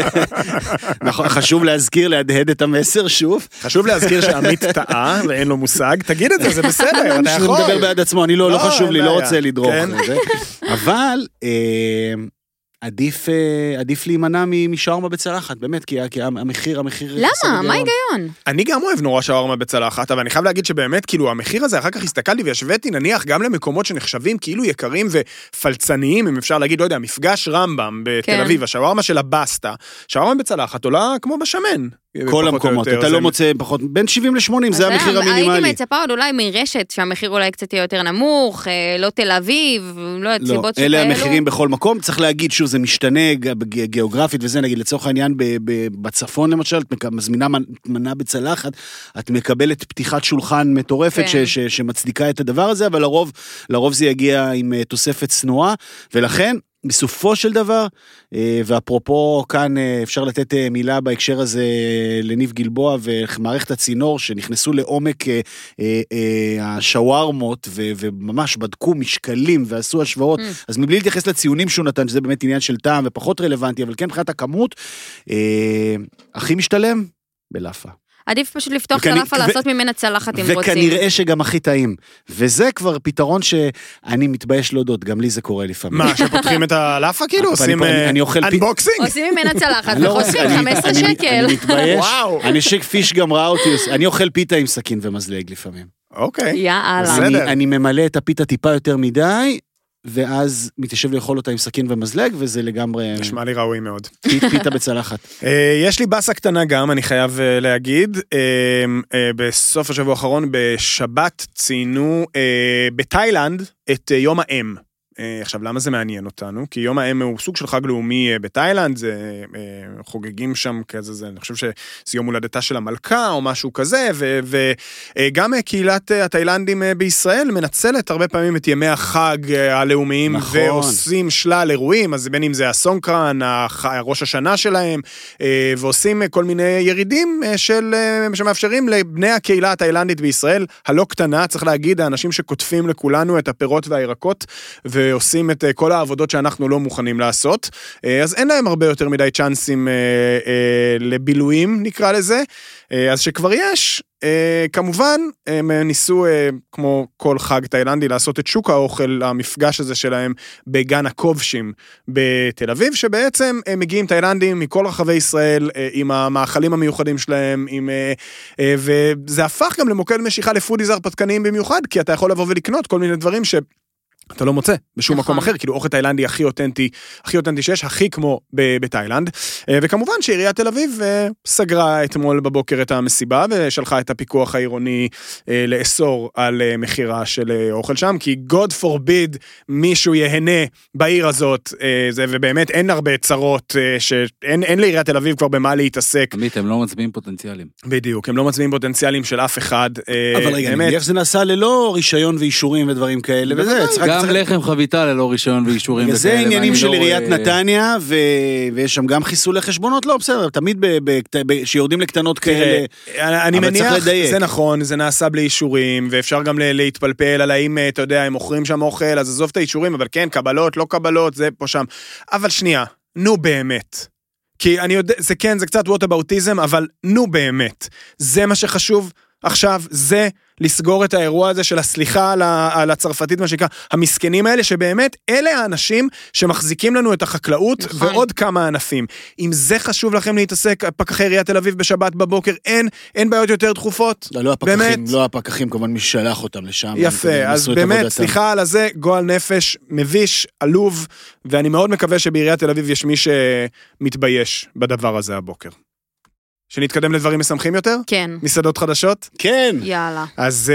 B: ו- נכון, חשוב להזכיר, להדהד את המסר שוב.
C: חשוב להזכיר שעמית טעה ואין לו מושג, תגיד את זה, זה בסדר, אה, אתה
B: הוא
C: יכול.
B: מדבר בעד עצמו, אני לא, לא
C: לא,
B: חשוב
C: אין
B: לי, לא
C: בעיה.
B: רוצה לדרוך.
C: כן.
B: לזה. אבל אה, עדיף אה, עדיף להימנע מ- משווארמה בצלחת, באמת, כי ה- כי המחיר, המחיר... חסר
A: למה? מה
B: היגיון.
A: ההיגיון?
C: אני גם אוהב נורא שווארמה בצלחת, אבל אני חייב להגיד שבאמת, כאילו, המחיר הזה, אחר כך הסתכלתי והשוויתי, נניח, גם למקומות שנחשבים כאילו יקרים ופלצניים, אם אפשר להגיד, לא יודע, מפגש רמב"ם בתל
A: כן.
C: אביב, השווארמה של הבסטה, שווארמה בצלחת עולה כמו בשמן. פחות
B: כל
C: או
B: המקומות,
C: יותר,
B: אתה
C: זה-
B: לא מוצא פחות, בין 70 ל-80
A: אז אה,
B: זה המחיר
A: הייתי
B: המינימלי.
A: מצפה עוד אולי מרשת, שהמחיר אולי קצת יהיה יותר נמוך, אה, לא תל אביב, לא יודעת,
B: לא,
A: סיבות שכאלו.
B: אלה המחירים בכל מקום, צריך להגיד, שוב, זה משתנה ג- ג- גיאוגרפית וזה, נגיד, לצורך העניין, ב- ב- בצפון למשל, את מק- מזמינה מנ- מנה בצלחת, את מקבלת פתיחת שולחן מטורפת
A: כן.
B: ש- ש- שמצדיקה את הדבר הזה, אבל לרוב, לרוב זה יגיע עם אה, תוספת צנועה, ולכן... בסופו של דבר, אה, ואפרופו כאן אה, אפשר לתת אה, מילה בהקשר הזה אה, לניב גלבוע ומערכת הצינור שנכנסו לעומק אה, אה, אה, השווארמות ו- וממש בדקו משקלים ועשו השוואות,
A: Mm.
B: אז מבלי להתייחס לציונים שהוא נתן, שזה באמת עניין של טעם ופחות רלוונטי, אבל כן מבחינת הכמות, אה, הכי משתלם? בלאפה.
A: עדיף פשוט לפתוח
B: וכנ-
A: צלפה,
B: ו-
A: לעשות ממנה צלחת אם רוצים.
B: וכנראה שגם הכי טעים. וזה כבר פתרון שאני מתבייש להודות, גם לי זה קורה לפעמים.
C: מה, שפותחים את הלאפה כאילו?
B: אני
C: עושים
B: פה, אני-
C: אה,
B: אני אוכל פי-
C: אנבוקסינג?
A: עושים ממנה צלחת
B: אני לא
A: וחוסכים
B: רוצה- אני-
A: 15
B: אני-
A: שקל.
B: אני מתבייש.
C: וואו.
B: אני שכפיש גם ראה אותי, עושה- אני אוכל פיתה עם סכין ומזלג לפעמים.
C: אוקיי.
A: יאללה.
C: בסדר.
B: אני- אני ממלא את הפיתה טיפה יותר מדי. ואז מתיישב לאכול אותה עם סכין ומזלג, וזה לגמרי
C: נשמע לי ראוי מאוד.
B: פי- פיתה בצלחת.
C: אה, יש לי באסה קטנה גם, אני חייב אה, להגיד. אה, אה, בסוף השבוע האחרון, בשבת, ציינו אה, בתאילנד את אה, יום האם. אה, עכשיו, למה זה מעניין אותנו? כי יום האם הוא סוג של חג לאומי אה, בתאילנד, זה אה, חוגגים שם כזה, זה, אני חושב שזה יום הולדתה של המלכה או משהו כזה, וגם קהילת אה, התאילנדים אה, בישראל מנצלת הרבה פעמים את ימי החג אה, הלאומיים,
B: נכון.
C: ועושים שלל אירועים, אז בין אם זה הסונקרן, הח- ראש השנה שלהם, אה, ועושים אה, כל מיני ירידים אה, של, אה, שמאפשרים לבני הקהילה התאילנדית בישראל, הלא קטנה, צריך להגיד, האנשים שקוטפים לכולנו את הפירות והירקות, ועושים את אה, כל העבודות שאנחנו לא מוכנים לעשות. אה, אז אין להם הרבה יותר מדי צ'אנסים אה, אה, לבילויים, נקרא לזה. אה, אז שכבר יש, אה, כמובן, הם אה, ניסו, אה, כמו כל חג תאילנדי, לעשות את שוק האוכל, המפגש הזה שלהם בגן הכובשים בתל אביב, שבעצם אה, מגיעים תאילנדים מכל רחבי ישראל אה, עם המאכלים המיוחדים שלהם, עם, אה, אה, וזה הפך גם למוקד משיכה לפודיז הרפתקניים במיוחד, כי אתה יכול לבוא ולקנות כל מיני דברים ש... אתה לא מוצא בשום
A: נכון.
C: מקום אחר, כאילו אוכל תאילנדי הכי אותנטי, הכי אותנטי שיש, הכי כמו ב- בתאילנד. אה, וכמובן שעיריית תל אביב אה, סגרה אתמול בבוקר את המסיבה ושלחה את הפיקוח העירוני אה, לאסור על אה, מכירה של אה, אוכל שם, כי God forbid מישהו ייהנה בעיר הזאת, אה, זה, ובאמת אין הרבה צרות, אה, שאין אין לעיריית תל אביב כבר במה להתעסק.
D: עמית, הם לא מצביעים פוטנציאליים.
C: בדיוק, הם לא מצביעים פוטנציאלים של אף אחד. אה,
B: אבל רגע, אני
C: באמת.
B: מניח שזה נעשה ללא רישיון ואישורים ודברים כאלה, וזה, צריך-
D: גם
B: צריך-
D: לחם חביתה ללא רישיון ואישורים.
B: בגלל זה
D: וכאלה,
B: עניינים
D: ואני
B: של
D: לא
B: עיריית
C: אה,
D: רואה-
B: נתניה, ו- ויש שם גם חיסולי חשבונות, לא, בסדר, תמיד כשיורדים לקטנות כאלה.
C: תראה, אני
B: אבל צריך
C: מניח,
B: לדייק.
C: זה נכון, זה נעשה בלי אישורים, ואפשר גם ל- להתפלפל על האם, אה, אתה יודע, הם מוכרים שם אוכל, אז עזוב את האישורים, אבל כן, קבלות, לא קבלות, זה פה שם. אבל שנייה, נו באמת. כי אני יודע, זה כן, זה קצת ווטאבאוטיזם, אבל נו באמת. זה מה שחשוב עכשיו, זה לסגור את האירוע הזה של הסליחה על, ה, על הצרפתית, מה שנקרא, המסכנים האלה, שבאמת, אלה האנשים שמחזיקים לנו את החקלאות
A: נכון.
C: ועוד כמה ענפים. אם זה חשוב לכם להתעסק, פקחי עיריית תל אביב בשבת בבוקר, אין, אין בעיות יותר דחופות.
B: לא, לא
C: באמת.
B: הפקחים, לא הפקחים, כמובן מי ששלח אותם לשם.
C: יפה,
B: הם
C: אז
B: עשו את
C: באמת,
B: עבודתם.
C: סליחה על הזה, גועל נפש, מביש, עלוב, ואני מאוד מקווה שבעיריית תל אביב יש מי שמתבייש בדבר הזה הבוקר. שנתקדם לדברים משמחים יותר?
A: כן,
C: מסעדות חדשות?
B: כן.
A: יאללה.
C: אז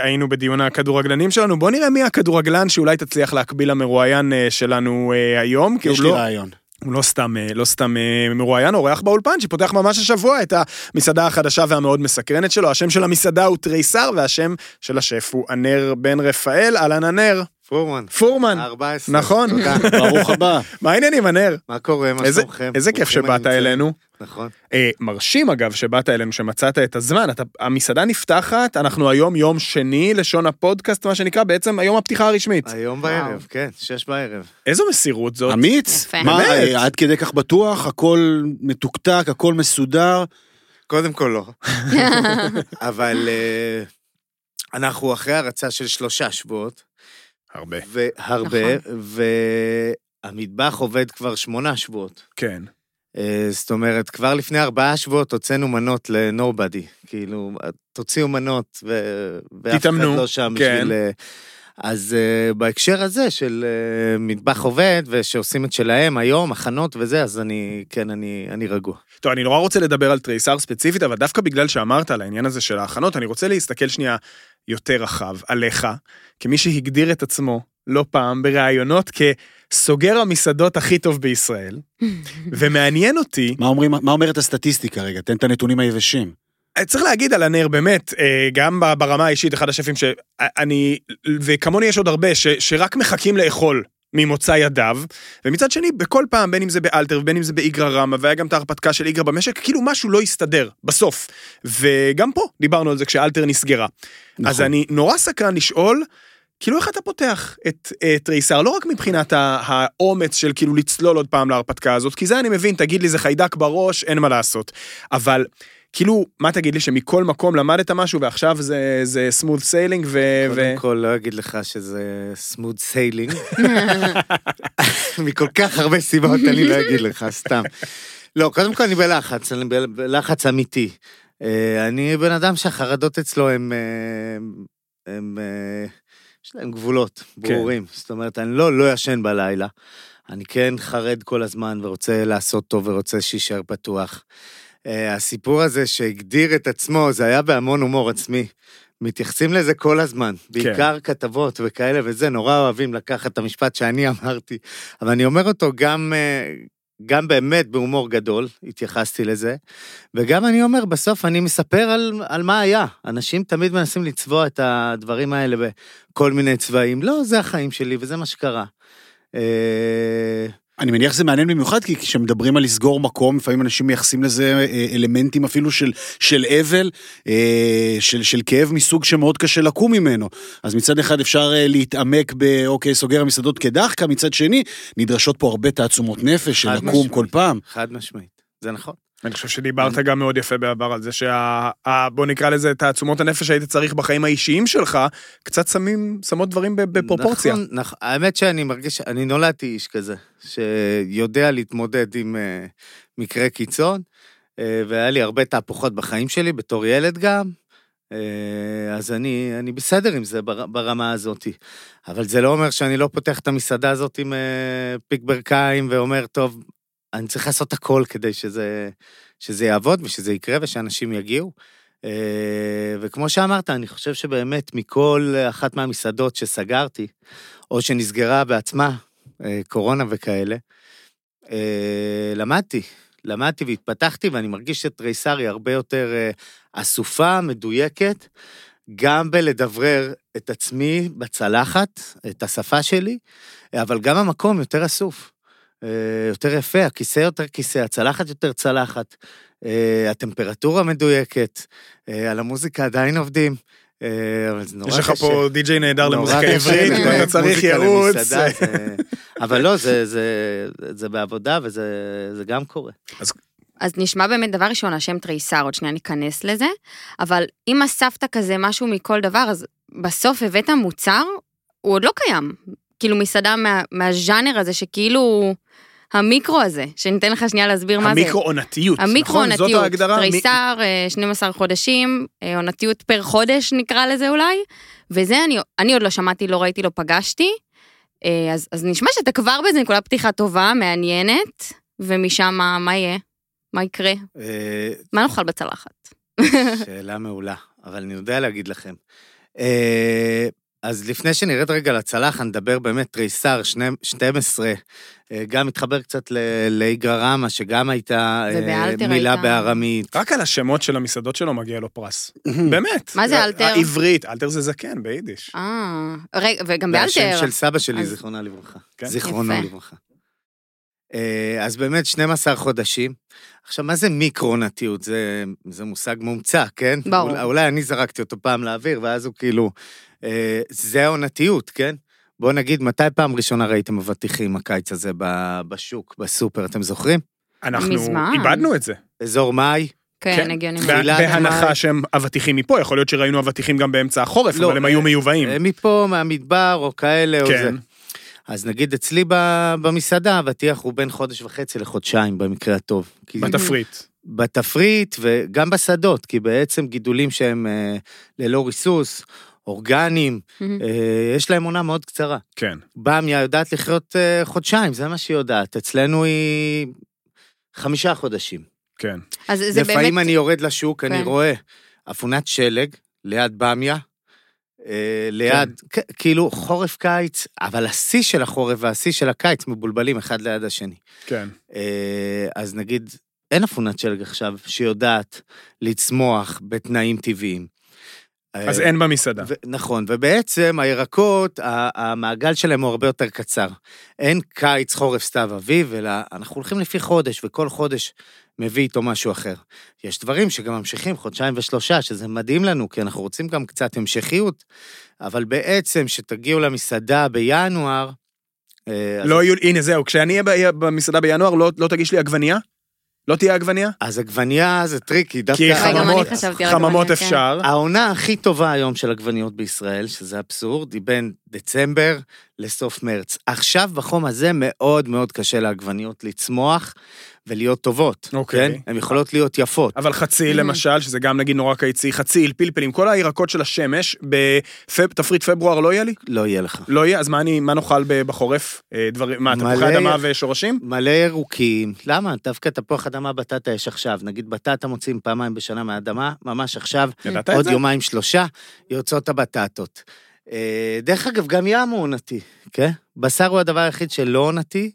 C: uh, היינו בדיון הכדורגלנים שלנו, בוא נראה מי הכדורגלן שאולי תצליח להקביל למרואיין uh, שלנו uh, היום, כי הוא
B: יש לי
C: לא,
B: רעיון.
C: הוא לא סתם, uh, לא סתם uh, מרואיין, אורח באולפן שפותח ממש השבוע את המסעדה החדשה והמאוד מסקרנת שלו, השם של המסעדה הוא תריסר והשם של השף הוא ענר בן רפאל, אהלן ענר,
F: פורמן.
C: פורמן,
F: 14.
C: נכון.
F: תודה.
B: ברוך הבא.
C: מה העניינים ענר?
F: מה קורה? מה
C: איזה-
F: שלומכם?
C: איזה כיף
F: ברוכים
C: שבאת
F: הנמצאים.
C: אלינו.
F: נכון.
C: אה, מרשים אגב שבאת אלינו, שמצאת את הזמן, אתה, המסעדה נפתחת, אנחנו היום יום שני, לשון הפודקאסט, מה שנקרא, בעצם היום הפתיחה הרשמית.
B: אה.
F: היום
A: וואו.
F: בערב, כן, שש בערב.
C: איזו מסירות זאת.
B: אמיץ?
A: יפה.
B: מה,
C: באמת.
B: אה, עד כדי כך בטוח, הכל מתוקתק, הכל מסודר.
F: קודם כל לא. אבל אה, אנחנו אחרי הרצה של שלושה שבועות,
C: הרבה.
F: והרבה, והמטבח עובד כבר שמונה שבועות.
C: כן.
F: אה, זאת אומרת, כבר לפני ארבעה שבועות הוצאנו מנות לנובדי. כאילו, תוציאו מנות, ו... ואף אחד
C: תתאמנו,
F: לא שם
C: כן.
F: בשביל... אה, אז uh, בהקשר הזה של uh, מטבח עובד, ושעושים את שלהם היום, הכנות וזה, אז אני, כן, אני, אני רגוע.
C: טוב, אני נורא רוצה לדבר על תריסר ספציפית, אבל דווקא בגלל שאמרת על העניין הזה של ההכנות, אני רוצה להסתכל שנייה יותר רחב עליך, כמי שהגדיר את עצמו לא פעם בראיונות כסוגר המסעדות הכי טוב בישראל, ומעניין אותי,
B: מה אומרים- מה אומרת הסטטיסטיקה רגע? תן את הנתונים היבשים.
C: צריך להגיד על הנר באמת, אה, גם ב- ברמה האישית, אחד השפים שאני, וכמוני יש עוד הרבה, ש, שרק מחכים לאכול. ממוצא ידיו, ומצד שני, בכל פעם, בין אם זה באלתר ובין אם זה באיגרא רמא, והיה גם את ההרפתקה של איגרא במשק, כאילו משהו לא הסתדר, בסוף. וגם פה דיברנו על זה כשאלתר נסגרה. נכון. אז אני נורא סקרן לשאול, כאילו איך אתה פותח את אה, תריסר, לא רק מבחינת ה- האומץ של כאילו לצלול עוד פעם להרפתקה הזאת, כי זה אני מבין, תגיד לי זה חיידק בראש, אין מה לעשות. אבל כאילו, מה תגיד לי, שמכל מקום למדת משהו ועכשיו זה, זה סמוד סיילינג ו... ו...
F: קודם כל לא אגיד לך שזה סמוד סיילינג. מכל כך הרבה סיבות אני לא אגיד לך, סתם. לא, קודם כל אני בלחץ, אני בל- בלחץ אמיתי. אה, אני בן אדם שהחרדות אצלו הם... אה, הם... אה, יש להם גבולות ברורים. זאת אומרת, אני לא לא ישן בלילה. אני כן חרד כל הזמן ורוצה לעשות טוב ורוצה שיישאר פתוח. אה, הסיפור הזה שהגדיר את עצמו, זה היה בהמון הומור עצמי. מתייחסים לזה כל הזמן, בעיקר כן. כתבות וכאלה וזה, נורא אוהבים לקחת את המשפט שאני אמרתי, אבל אני אומר אותו גם, אה, גם באמת בהומור גדול, התייחסתי לזה, וגם אני אומר, בסוף אני מספר על, על מה היה. אנשים תמיד מנסים לצבוע את הדברים האלה בכל מיני צבעים. לא, זה החיים שלי וזה מה שקרה. אה,
B: אני מניח שזה מעניין במיוחד, כי כשמדברים על לסגור מקום, לפעמים אנשים מייחסים לזה אה, אלמנטים אפילו של, של אבל, אה, של, של כאב מסוג שמאוד קשה לקום ממנו. אז מצד אחד אפשר אה, להתעמק ב, אוקיי, סוגר המסעדות כדחקה, מצד שני, נדרשות פה הרבה תעצומות נפש של
F: חד
B: לקום
F: משמעית.
B: כל פעם.
F: חד משמעית, זה נכון.
C: אני חושב שדיברת גם מאוד יפה בעבר על זה שה... ה- בוא נקרא לזה תעצומות הנפש שהיית צריך בחיים האישיים שלך, קצת שמים, שמות דברים ב- בפרופורציה.
F: נכון, נכון. האמת שאני מרגיש, אני נולדתי איש כזה, שיודע להתמודד עם אה, מקרה קיצון, אה, והיה לי הרבה תהפוכות בחיים שלי, בתור ילד גם, אה, אז אני, אני בסדר עם זה בר, ברמה הזאת. אבל זה לא אומר שאני לא פותח את המסעדה הזאת עם אה, פיק ברכיים ואומר, טוב, אני צריך לעשות הכל כדי שזה, שזה יעבוד ושזה יקרה ושאנשים יגיעו. אה, וכמו שאמרת, אני חושב שבאמת מכל אחת מהמסעדות שסגרתי, או שנסגרה בעצמה, אה, קורונה וכאלה, אה, למדתי. למדתי והתפתחתי, ואני מרגיש שתריסר היא הרבה יותר אה, אסופה, מדויקת, גם בלדברר את עצמי בצלחת, את השפה שלי, אה, אבל גם המקום יותר אסוף. אה, יותר יפה, הכיסא יותר כיסא, הצלחת יותר צלחת, אה, הטמפרטורה מדויקת, אה, על המוזיקה עדיין עובדים, אה, אבל זה נורא
C: יש
F: קשה.
C: לך פה די-ג'יי נהדר
F: נורא
C: למוזיקה
F: קשה
C: עברית,
F: לנהל
C: ואתה
F: מוזיקה
C: צריך ייעוץ.
F: למסעדה, זה- אבל לא, זה- זה- זה בעבודה וזה זה גם קורה.
A: אז נשמע באמת, דבר ראשון, השם תריסר, עוד שנייה ניכנס לזה, אבל אם אספת כזה משהו מכל דבר, אז בסוף הבאת מוצר, הוא עוד לא קיים. כאילו מסעדה מה, מהז'אנר הזה, שכאילו המיקרו הזה, שניתן לך שנייה להסביר מה זה.
C: המיקרו-עונתיות, נכון?
A: המיקרו-עונתיות,
C: זאת ההגדרה?
A: תריסר, אה, 12 חודשים, אה, עונתיות פר חודש נקרא לזה אולי, וזה אני, אני עוד לא שמעתי, לא ראיתי, לא פגשתי, אה, אז, אז נשמע שאתה כבר באיזה נקודה פתיחה טובה, מעניינת, ומשם מה- מה יהיה? מה יקרה?
F: אה,
A: מה נאכל בצלחת?
F: שאלה מעולה, אבל אני יודע להגיד לכם. אה, אז לפני שנרד רגע לצלחת, נדבר באמת תריסר שני- 12, אה, גם מתחבר קצת ל- לאיגרא רמא, שגם הייתה אה,
A: ובאלתר
F: מילה
A: הייתה.
F: בארמית.
C: רק על השמות של המסעדות שלו מגיע לו פרס. באמת.
A: מה זה אלתר?
C: העברית, אלתר זה זקן ביידיש.
A: אה, רגע, וגם
F: זה השם
A: באלתר.
F: של סבא שלי,
A: אז-
F: זיכרונה לברכה.
C: כן.
F: זיכרונו
A: יפה.
F: לברכה. אה, אז באמת, 12 חודשים. עכשיו, מה זה מיקרונתיות? זה, זה מושג מומצא, כן?
A: ברור.
F: אולי, אולי אני זרקתי אותו פעם לאוויר, ואז הוא כאילו... אה, זה העונתיות, כן? בואו נגיד, מתי פעם ראשונה ראיתם אבטיחים הקיץ הזה ב- בשוק, בסופר, אתם זוכרים?
C: אנחנו
A: מזמן.
C: איבדנו את זה.
F: אזור מאי?
A: כן,
C: כן.
A: הגיוני.
F: ב- תחילת מאי.
C: בהנחה שהם אבטיחים מפה, יכול להיות שראינו אבטיחים גם באמצע החורף,
F: לא,
C: אבל הם היו מיובאים.
F: אה, מפה, מהמדבר, או כאלה, או זה.
C: כן.
F: אז נגיד אצלי ב- במסעדה, אבטיח הוא בין חודש וחצי לחודשיים, במקרה הטוב. כי-
C: בתפריט.
F: בתפריט וגם בשדות, כי בעצם גידולים שהם אה, ללא ריסוס, אורגניים, אה, יש להם עונה מאוד קצרה.
C: כן.
F: באמיה יודעת לחיות אה, חודשיים, זה מה שהיא יודעת. אצלנו היא חמישה חודשים.
C: כן.
A: אז זה
F: לפעמים
A: באמת...
F: אני יורד לשוק, אני
A: כן.
F: רואה אפונת שלג ליד באמיה, אה, ליד,
A: כן.
F: כ- כאילו חורף-קיץ, אבל השיא של החורף והשיא של הקיץ מבולבלים אחד ליד השני.
C: כן.
F: אה, אז נגיד, אין אפונת שלג עכשיו שיודעת לצמוח בתנאים טבעיים. אה,
C: אז אין במסעדה.
F: ו- נכון, ובעצם הירקות, ה- המעגל שלהם הוא הרבה יותר קצר. אין קיץ, חורף, סתיו, אביב, אלא אנחנו הולכים לפי חודש, וכל חודש מביא איתו משהו אחר. יש דברים שגם ממשיכים חודשיים ושלושה, שזה מדהים לנו, כי אנחנו רוצים גם קצת המשכיות, אבל בעצם, כשתגיעו למסעדה בינואר, אה, אז,
C: לא יהיו, הנה זהו, כשאני אהיה ב- במסעדה בינואר, לא לא תגיש לי עגבנייה? לא תהיה עגבנייה?
F: אז עגבנייה זה טריקי, דווקא...
C: כי
A: גם אני
C: חממות,
A: חשבתי על
C: חממות
A: עגבניה, כן.
F: אה.
C: אפשר.
F: העונה הכי טובה היום של עגבניות בישראל, שזה אבסורד, היא בין דצמבר לסוף מרץ. עכשיו, בחום הזה, מאוד מאוד קשה לעגבניות לצמוח ולהיות טובות.
C: אוקיי.
F: כן? הן יכולות להיות יפות.
C: אבל חציל למשל, שזה גם נגיד נורא קיצי, חציל, פלפלים, כל הירקות של השמש, בתפריט פברואר לא יהיה לי?
F: לא יהיה לך.
C: לא יהיה, אז מה אני, מה נאכל ב- בחורף? אה, דברים, מה,
F: מלא-
C: תפוחי אדמה ושורשים?
F: מלא ירוקים. למה? דווקא תפוח אדמה בטטה יש עכשיו. נגיד בטטה מוצאים פעמיים בשנה מהאדמה, ממש עכשיו,
C: ידעת את
F: כן. עוד
C: זה?
F: יומיים שלושה, יוצאות הבטטות. אה, דרך אגב, גם ים הוא עונתי, כן? בשר הוא הדבר היחיד שלא עונתי.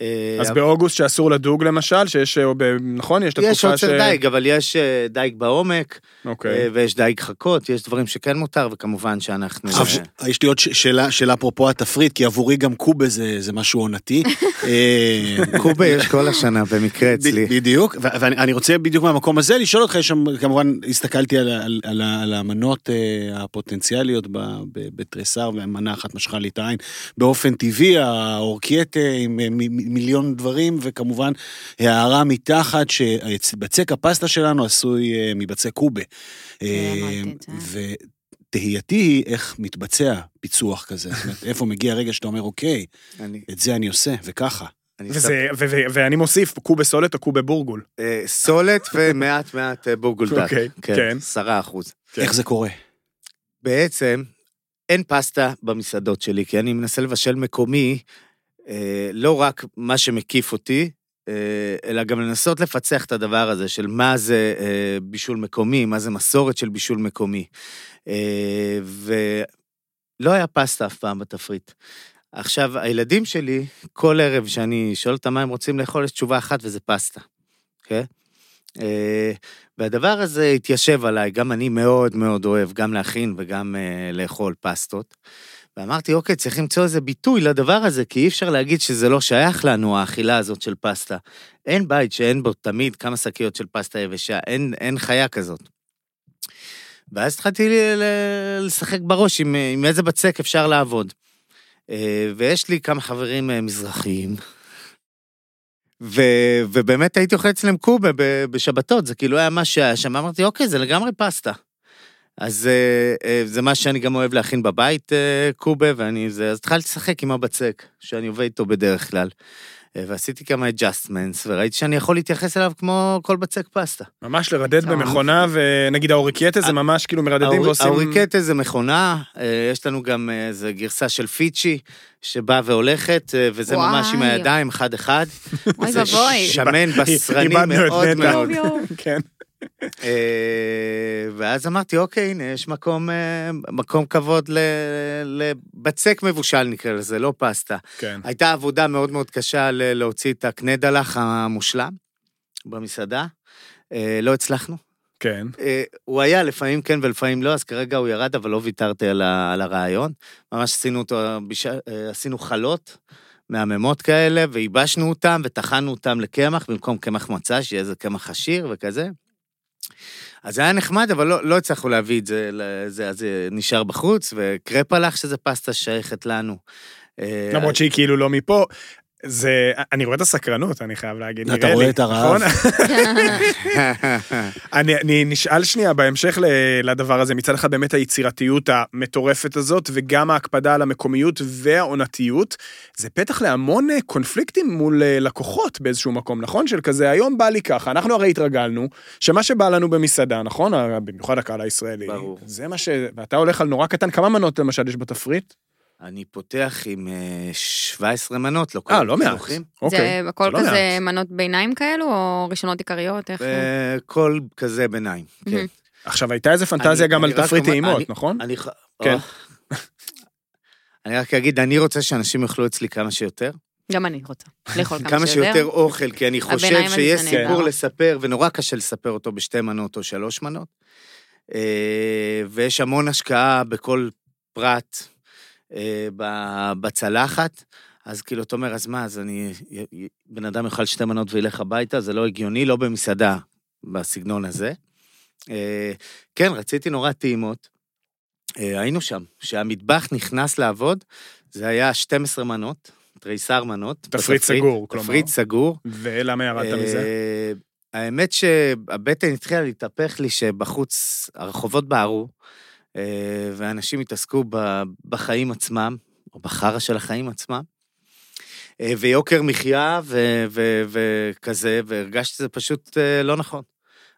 F: אה,
C: אז באוגוסט שאסור לדוג למשל, שיש, או ב- נכון? יש את
F: יש
C: התקופה ש...
F: עוצר דייג, אבל יש אה, דייג בעומק, אה,
C: אוקיי.
F: ויש דייג חכות, יש דברים שכן מותר, וכמובן שאנחנו...
B: עכשיו,
F: אה,
B: יש לי עוד ש- שאלה, שאלה אפרופו התפריט, כי עבורי גם קובה זה, זה משהו עונתי. אה,
F: קובה יש כל השנה במקרה אצלי.
B: ב- בדיוק, ו- ואני אני רוצה בדיוק מהמקום הזה לשאול אותך, יש שם, כמובן, הסתכלתי על, ה- על, על, ה- על המנות אה, הפוטנציאליות ב- ב- בתריסר, והמנה אחת משכה לי את העין. באופן טבעי, האורקייטה עם אה, מ- מ- מיליון דברים, וכמובן, הערה מתחת, שבצק הפסטה שלנו עשוי אה, מבצק קובה. אה,
A: אמרתי את
B: ותהייתי היא איך מתבצע פיצוח כזה, זאת אומרת, איפה מגיע הרגע שאתה אומר, אוקיי,
F: אני-
B: את זה אני עושה, וככה.
F: אני
C: וזה- ו- ו- ואני מוסיף, קובה סולת או קובה בורגול.
F: אה, סולת ומעט מעט אה, בורגול דק.
C: אוקיי, כן.
F: עשרה אחוז.
C: כן.
B: איך זה קורה?
F: נכון. בעצם, אין פסטה במסעדות שלי, כי אני מנסה לבשל מקומי, אה, לא רק מה שמקיף אותי, אה, אלא גם לנסות לפצח את הדבר הזה של מה זה אה, בישול מקומי, מה זה מסורת של בישול מקומי. אה, ולא היה פסטה אף פעם בתפריט. עכשיו, הילדים שלי, כל ערב שאני שואל אותם מה הם רוצים לאכול, יש תשובה אחת וזה פסטה, אוקיי? אה, והדבר הזה התיישב עליי, גם אני מאוד מאוד אוהב גם להכין וגם אה, לאכול פסטות. ואמרתי, אוקיי, צריך למצוא איזה ביטוי לדבר הזה, כי אי אפשר להגיד שזה לא שייך לנו, האכילה הזאת של פסטה. אין בית שאין בו תמיד כמה שקיות של פסטה יבשה, אין, אין חיה כזאת. ואז התחלתי ל- ל- לשחק בראש עם, עם איזה בצק אפשר לעבוד. אה, ויש לי כמה חברים אה, מזרחיים, ו, ובאמת הייתי אוכל אצלם קובה ב, בשבתות, זה כאילו היה מה שהיה שם, אמרתי, אוקיי, זה לגמרי פסטה. אז אה, אה, זה מה שאני גם אוהב להכין בבית, אה, קובה, ואני זה, אז התחלתי לשחק עם הבצק, שאני עובד איתו בדרך כלל. אה, ועשיתי כמה adjustments, וראיתי שאני יכול להתייחס אליו כמו כל בצק פסטה.
C: ממש לרדד במכונה, ונגיד האוריקייטה זה ממש כאילו מרדדים
F: האור-
C: ועושים...
F: האוריקטה זה מכונה, אה, יש לנו גם אה, איזה גרסה של פיצ'י, שבאה והולכת, אה, וזה
A: וואי.
F: ממש עם הידיים, אחד-אחד.
A: אוי
F: זה
A: ואבוי.
F: שמן, בשרני
C: איבדנו את
F: מאוד
C: נטע.
F: מאוד.
A: יואו, יואו.
C: כן.
F: אה, ואז אמרתי, אוקיי, הנה, יש מקום, אה, מקום כבוד ל- לבצק מבושל, נקרא לזה, לא פסטה.
C: כן.
F: הייתה עבודה מאוד מאוד קשה ל- להוציא את הקנדלח המושלם במסעדה. אה, לא הצלחנו.
C: כן.
F: אה, הוא היה לפעמים כן ולפעמים לא, אז כרגע הוא ירד, אבל לא ויתרתי על, ה- על הרעיון. ממש עשינו אותו, בש... אה, עשינו חלות מהממות כאלה, וייבשנו אותם, וטחנו אותם לקמח, במקום קמח מצה, שיהיה איזה קמח עשיר וכזה. אז זה היה נחמד, אבל לא, לא הצלחנו להביא את זה, לזה, אז זה נשאר בחוץ, וקרפלח, שזה פסטה שייכת לנו. אה,
C: למרות שהיא כאילו לא מפה. זה, אני רואה את הסקרנות, אני חייב להגיד,
B: אתה
C: נראה לי.
B: רואה את הרעב.
C: נכון? אני, אני נשאל שנייה בהמשך ל- לדבר הזה, מצד אחד באמת היצירתיות המטורפת הזאת, וגם ההקפדה על המקומיות והעונתיות, זה פתח להמון אה, קונפליקטים מול אה, לקוחות באיזשהו מקום, נכון? של כזה, היום בא לי ככה, אנחנו הרי התרגלנו, שמה שבא לנו במסעדה, נכון? ה- במיוחד הקהל הישראלי.
F: ברור.
C: זה מה ש... ואתה הולך על נורא קטן, כמה מנות למשל יש בתפריט?
F: אני פותח עם אה, 17 מנות, לא כל
C: אה, לא מעט.
F: הקידוחים.
C: אוקיי.
A: זה הכל
C: לא
A: כזה
C: מעט.
A: מנות ביניים כאלו, או ראשונות עיקריות,
C: נכון.
A: איך...
F: אה, כל כזה ביניים, כן.
A: מהמם.
C: עכשיו, הייתה איזה פנטזיה
F: אני-
C: גם על
F: אני רק
C: תפריט
F: אומר-
C: טעימות,
F: אני-
C: נכון?
F: אני ח...
C: כן.
F: אה. אני רק אגיד, אני רוצה שאנשים יאכלו אצלי כמה שיותר.
A: גם אני רוצה לאכול
F: כמה שיותר אוכל, כי אני חושב
A: הביניים הזה
F: שיש
A: זה
F: סיפור
A: נהדר.
F: לספר, ונורא קשה לספר אותו בשתי מנות או שלוש מנות. אה, ויש המון השקעה בכל פרט אה, ב- בצלחת. אז כאילו, אתה אומר, אז מה, אז אני... בן אדם יאכל שתי מנות וילך הביתה? זה לא הגיוני, לא במסעדה בסגנון הזה. אה, כן, רציתי נורא טעימות. אה, היינו שם. כשהמטבח נכנס לעבוד, זה היה 12 מנות, תריסר מנות.
C: תפריט סגור, כלומר.
F: תפריט סגור.
C: ולמה ירדת מזה?
F: אה, האמת שהבטן התחילה להתהפך לי שבחוץ הרחובות בערו, אה, ואנשים התעסקו ב- בחיים עצמם, או בחרא של החיים עצמם, אה, ויוקר מחיה ו- ו- וכזה, והרגשתי שזה פשוט אה, לא נכון.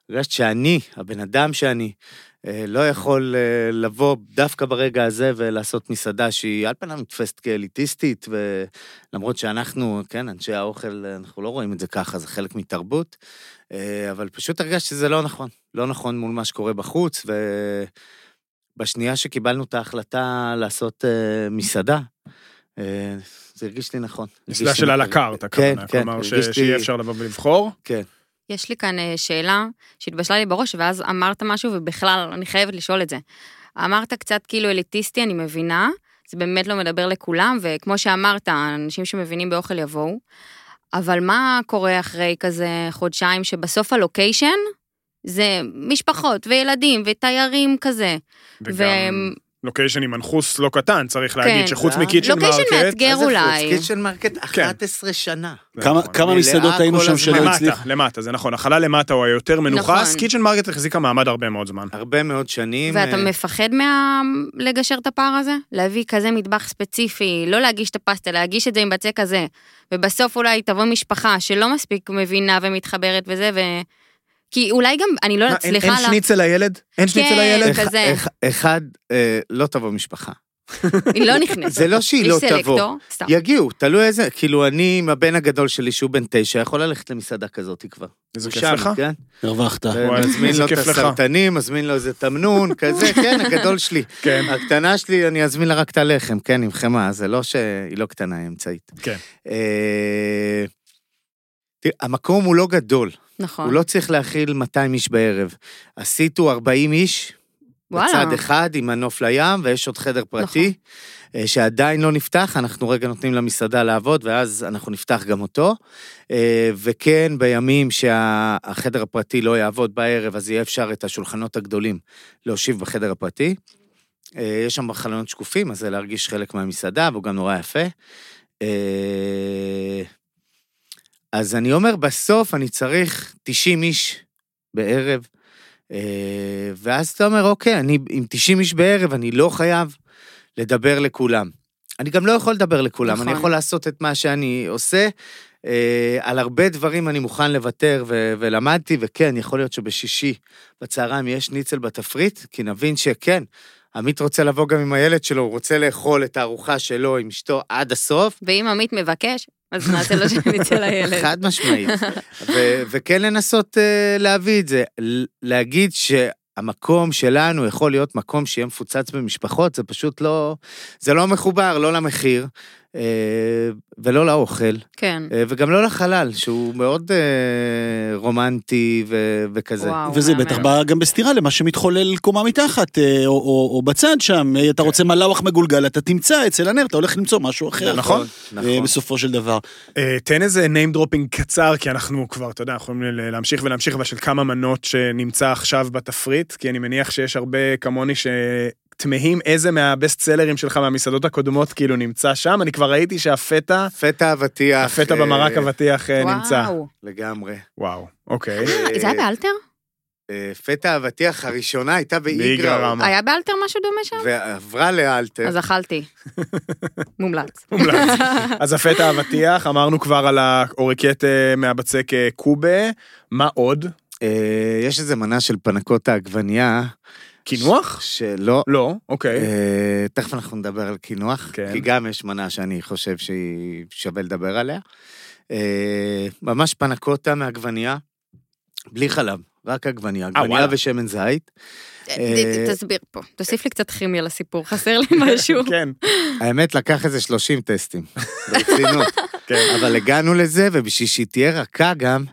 F: הרגשתי שאני, הבן אדם שאני, אה, לא יכול אה, לבוא דווקא ברגע הזה ולעשות מסעדה שהיא על פניו נתפסת כאליטיסטית, ו... למרות שאנחנו, כן, אנשי האוכל, אנחנו לא רואים את זה ככה, זה חלק מתרבות, אה, אבל פשוט הרגשתי שזה לא נכון. לא נכון מול מה שקורה בחוץ, ובשנייה שקיבלנו את ההחלטה לעשות אה, מסעדה, אה, זה הרגיש לי נכון.
C: מסעדה
F: הרגיש לי
C: של על
F: נכון.
C: הקארט,
F: כן,
C: הכוונה.
F: כן,
C: כלומר, ש-
F: הרגיש לי-
C: שיהיה אפשר לבוא ולבחור.
A: יש לי כאן אה, שאלה שהתבשלה לי בראש, ואז אמרת משהו, ובכלל, אני חייבת לשאול את זה. אמרת קצת כאילו אליטיסטי, אני מבינה, זה באמת לא מדבר לכולם, וכמו שאמרת, האנשים שמבינים באוכל יבואו, אבל מה קורה אחרי כזה חודשיים, שבסוף הלוקיישן זה משפחות וילדים ותיירים כזה,
C: וגם לוקיישן עם מנחוס לא קטן, צריך להגיד,
A: אמ- כן.
C: שחוץ
F: אה,
C: מקיצ'ן
A: לוקיישן
C: מרקט...
A: מאתגר
F: מה זה
A: אולי.
F: פודקאסט של
C: כן.
F: מרקט 11 שנה.
B: כמה-
C: נכון.
B: כמה
F: מלאה
B: מסעדות היינו
F: כל
B: שם
F: הזמן.
B: שלא
C: למטה,
B: הצליח?
C: למטה, זה נכון. החלל למטה הוא היותר מנוכס,
A: נכון.
C: קיצ'ן מרקט החזיקה מעמד הרבה מאוד זמן.
F: הרבה מאוד שנים.
A: ואתה
F: אה,
A: מפחד מה... לגשר את הפער הזה? להביא כזה מטבח ספציפי, לא להגיש את הפסטה, להגיש את זה עם בצק כזה, ובסוף אולי תבוא משפחה שלא מספיק מבינה ומתחברת וזה, ו... כי אולי גם, אני לא
C: מה,
A: יודעת,
C: אין-
A: סליחה,
C: אין שניצל לילד? אין שניצל
A: כן.
C: לילד?
A: כזה.
F: אח- אח- אחד, אה, לא תבוא משפחה.
A: היא לא נכנסת.
F: זה לא שהיא
A: בלי
F: לא
A: סלקטור,
F: תבוא.
A: סתם.
F: יגיעו, תלוי איזה, כאילו אני עם הבן הגדול שלי שהוא בן תשע, יכול ללכת למסעדה כזאת כבר.
C: איזה
F: הוא
C: כיף
F: שם,
C: לך. אה,
F: כן?
B: הרווחת.
C: וואי,
F: מזמין
C: איזה
F: לו את
C: כיף לך.
F: הסרטנים, מזמין לו איזה תמנון, כזה, כן, הגדול שלי.
C: כן.
F: הקטנה שלי, אני אזמין לה רק את הלחם, כן, עם חמאה, זה לא שהיא לא קטנה, היא אמצעית.
C: כן.
F: אה, תראה, המקום הוא לא גדול, הוא
A: נכון.
F: לא צריך להכיל 200 איש בערב. הסיטו 40 איש,
A: וואלה.
F: בצד אחד עם מנוף לים, ויש עוד חדר פרטי, נכון. שעדיין לא נפתח, אנחנו רגע נותנים למסעדה לעבוד, ואז אנחנו נפתח גם אותו. אה, וכן, בימים שהחדר הפרטי לא יעבוד בערב, אז יהיה אפשר את השולחנות הגדולים להושיב בחדר הפרטי. אה, יש שם חלונות שקופים, אז זה להרגיש חלק מהמסעדה, והוא גם נורא יפה. אה, אז אני אומר, בסוף אני צריך 90 איש בערב, אה, ואז אתה אומר, אוקיי, אני עם 90 איש בערב, אני לא חייב לדבר לכולם. אני גם לא יכול לדבר לכולם,
A: נכון.
F: אני יכול לעשות את מה שאני עושה. אה, על הרבה דברים אני מוכן לוותר ו- ולמדתי, וכן, יכול להיות שבשישי בצהריים יש ניצל בתפריט, כי נבין שכן, עמית רוצה לבוא גם עם הילד שלו, הוא רוצה לאכול את הארוחה שלו עם אשתו עד הסוף,
A: ואם עמית מבקש, אז נעשה לו שניצל לילד.
F: חד משמעית. ו- וכן לנסות אה, להביא את זה, ל- להגיד שהמקום שלנו יכול להיות מקום שיהיה מפוצץ במשפחות, זה פשוט לא, זה לא מחובר, לא למחיר. אה, ולא לאוכל,
A: כן.
F: אה, וגם לא לחלל, שהוא מאוד אה, רומנטי ו- וכזה.
A: וואו,
B: וזה
A: מהמם.
B: בטח בא גם בסתירה למה שמתחולל קומה מתחת, אה, או- או או בצד שם. אה,
C: כן.
B: אתה רוצה מלאווח מגולגל, אתה תמצא אצל הנר, אתה הולך למצוא משהו אחר.
C: נכון.
B: אה, בסופו של דבר.
C: אה, תן איזה name dropping קצר, כי אנחנו כבר, אתה יודע, יכולים ל- להמשיך ולהמשיך, אבל של כמה מנות שנמצא עכשיו בתפריט, כי אני מניח שיש הרבה כמוני שתמהים איזה מהבסט סלרים שלך מהמסעדות הקודמות כאילו נמצא שם. אני כבר ראיתי שהפטה,
F: פתע אבטיח.
C: הפטה במרק אבטיח אה, נמצא.
A: וואו.
F: לגמרי.
C: וואו, אוקיי.
A: אה, זה היה באלתר?
F: אה, פתע אבטיח הראשונה הייתה באיגרם,
C: באיגרם.
A: היה באלתר משהו דומה שם?
F: ועברה לאלתר.
A: אז אכלתי. מומלץ.
C: מומלץ. אז הפטה אבטיח, אמרנו כבר על האוריקט אה, מהבצק אה, קובה, מה עוד?
F: אה, יש איזה מנה של פנקות העגבנייה,
C: קינוח?
F: שלא...
C: לא, אוקיי.
F: אה, תכף אנחנו נדבר על קינוח,
C: כן.
F: כי גם יש מנה שאני חושב שהיא שווה לדבר עליה. אה, ממש פנקוטה מעגבנייה, בלי חלב, רק עגבנייה, עגבנייה
C: אה, וואלה.
F: ושמן זית. אה,
A: תסביר פה. תוסיף לי קצת כימיה לסיפור, חסר לי משהו.
C: כן,
F: האמת, לקח איזה 30 טסטים, ברצינות.
C: כן.
F: אבל הגענו לזה, ובשביל שהיא תהיה רכה גם,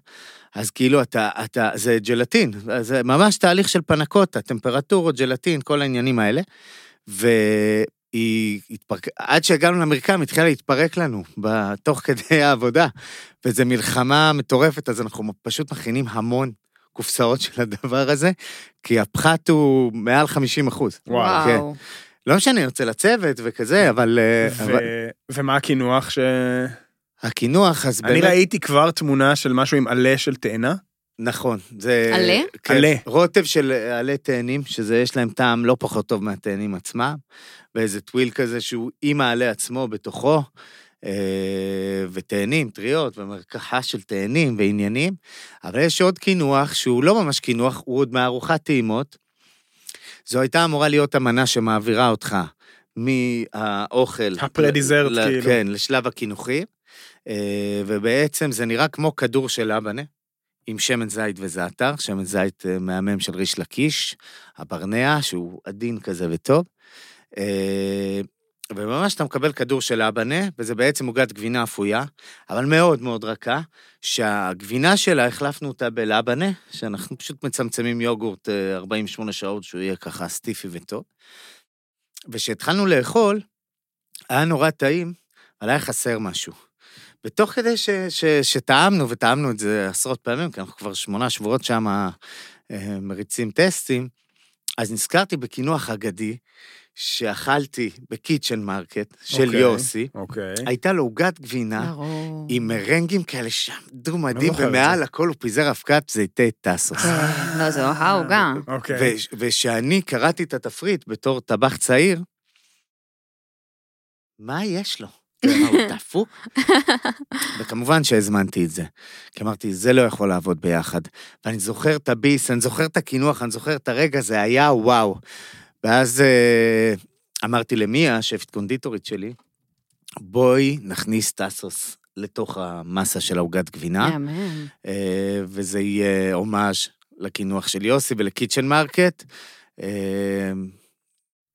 F: אז כאילו אתה, אתה, זה ג'לטין, זה ממש תהליך של פנקוטה, טמפרטורות, ג'לטין, כל העניינים האלה. והיא התפרקה, עד שהגענו למרקם, התחילה להתפרק לנו, ב- תוך כדי העבודה. וזו מלחמה מטורפת, אז אנחנו פשוט מכינים המון קופסאות של הדבר הזה, כי הפחת הוא מעל 50 אחוז.
C: וואו,
F: כן. לא משנה, יוצא לצוות וכזה, אבל... אה,
C: ו-
F: אבל
C: ומה הקינוח ש...
F: הקינוח, אז
C: אני
F: באמת...
C: ראיתי כבר תמונה של משהו עם עלה של תאנה.
F: נכון, זה...
A: עלה?
F: כן,
C: עלה.
F: רוטב של עלי תאנים, שזה יש להם טעם לא פחות טוב מהתאנים עצמם, ואיזה טוויל כזה שהוא עם העלה עצמו בתוכו, אה, ותאנים, טריות, ומרקחה של תאנים ועניינים, אבל יש עוד קינוח שהוא לא ממש קינוח, הוא עוד מארוחת טעימות. זו הייתה אמורה להיות אמנה שמעבירה אותך מהאוכל.
C: הפרה-דיזרט,
F: ל-
C: כאילו.
F: כן, לשלב הקינוחי, אה, ובעצם זה נראה כמו כדור של אבנה. עם שמן זית וזעתר, שמן זית אה, מהמם של ריש לקיש, הברנע, שהוא עדין כזה וטוב. אה, וממש אתה מקבל כדור של אבנה, וזה בעצם עוגת גבינה אפויה, אבל מאוד מאוד רכה, שהגבינה שלה, החלפנו אותה בלאבנה, שאנחנו פשוט מצמצמים יוגורט אה, 48 שעות, שהוא יהיה ככה סטיפי וטוב. וכשהתחלנו לאכול, היה נורא טעים, אבל היה חסר משהו. ותוך כדי ש, ש, שטעמנו, וטעמנו את זה עשרות פעמים, כי אנחנו כבר שמונה שבועות שם מריצים טסטים, אז נזכרתי בקינוח אגדי שאכלתי בקיצ'ן מרקט של
C: אוקיי.
F: יוסי.
C: אוקיי.
A: אה,
F: הייתה לו עוגת גבינה
A: ברור.
F: עם מרנגים כאלה שעמדו מדהים,
C: זוכר לא. את
F: ומעל
C: זה.
F: הכל הוא פיזר אבקת זיתי טסוס.
A: לא, זו העוגה.
C: אוקיי.
F: וש- וכשאני קראתי את התפריט בתור טבח צעיר, מה יש לו? מה, הוא דפוק? וכמובן שהזמנתי את זה. כי אמרתי, זה לא יכול לעבוד ביחד. ואני זוכר את הביס, אני זוכר את הקינוח, אני זוכר את הרגע, זה היה וואו. ואז אה, אמרתי למיה, השפט קונדיטורית שלי, בואי נכניס טסוס לתוך המסה של העוגת גבינה.
A: מהמם.
F: אה, וזה יהיה הומאז' לקינוח של יוסי ולקיצ'ן מרקט. אה,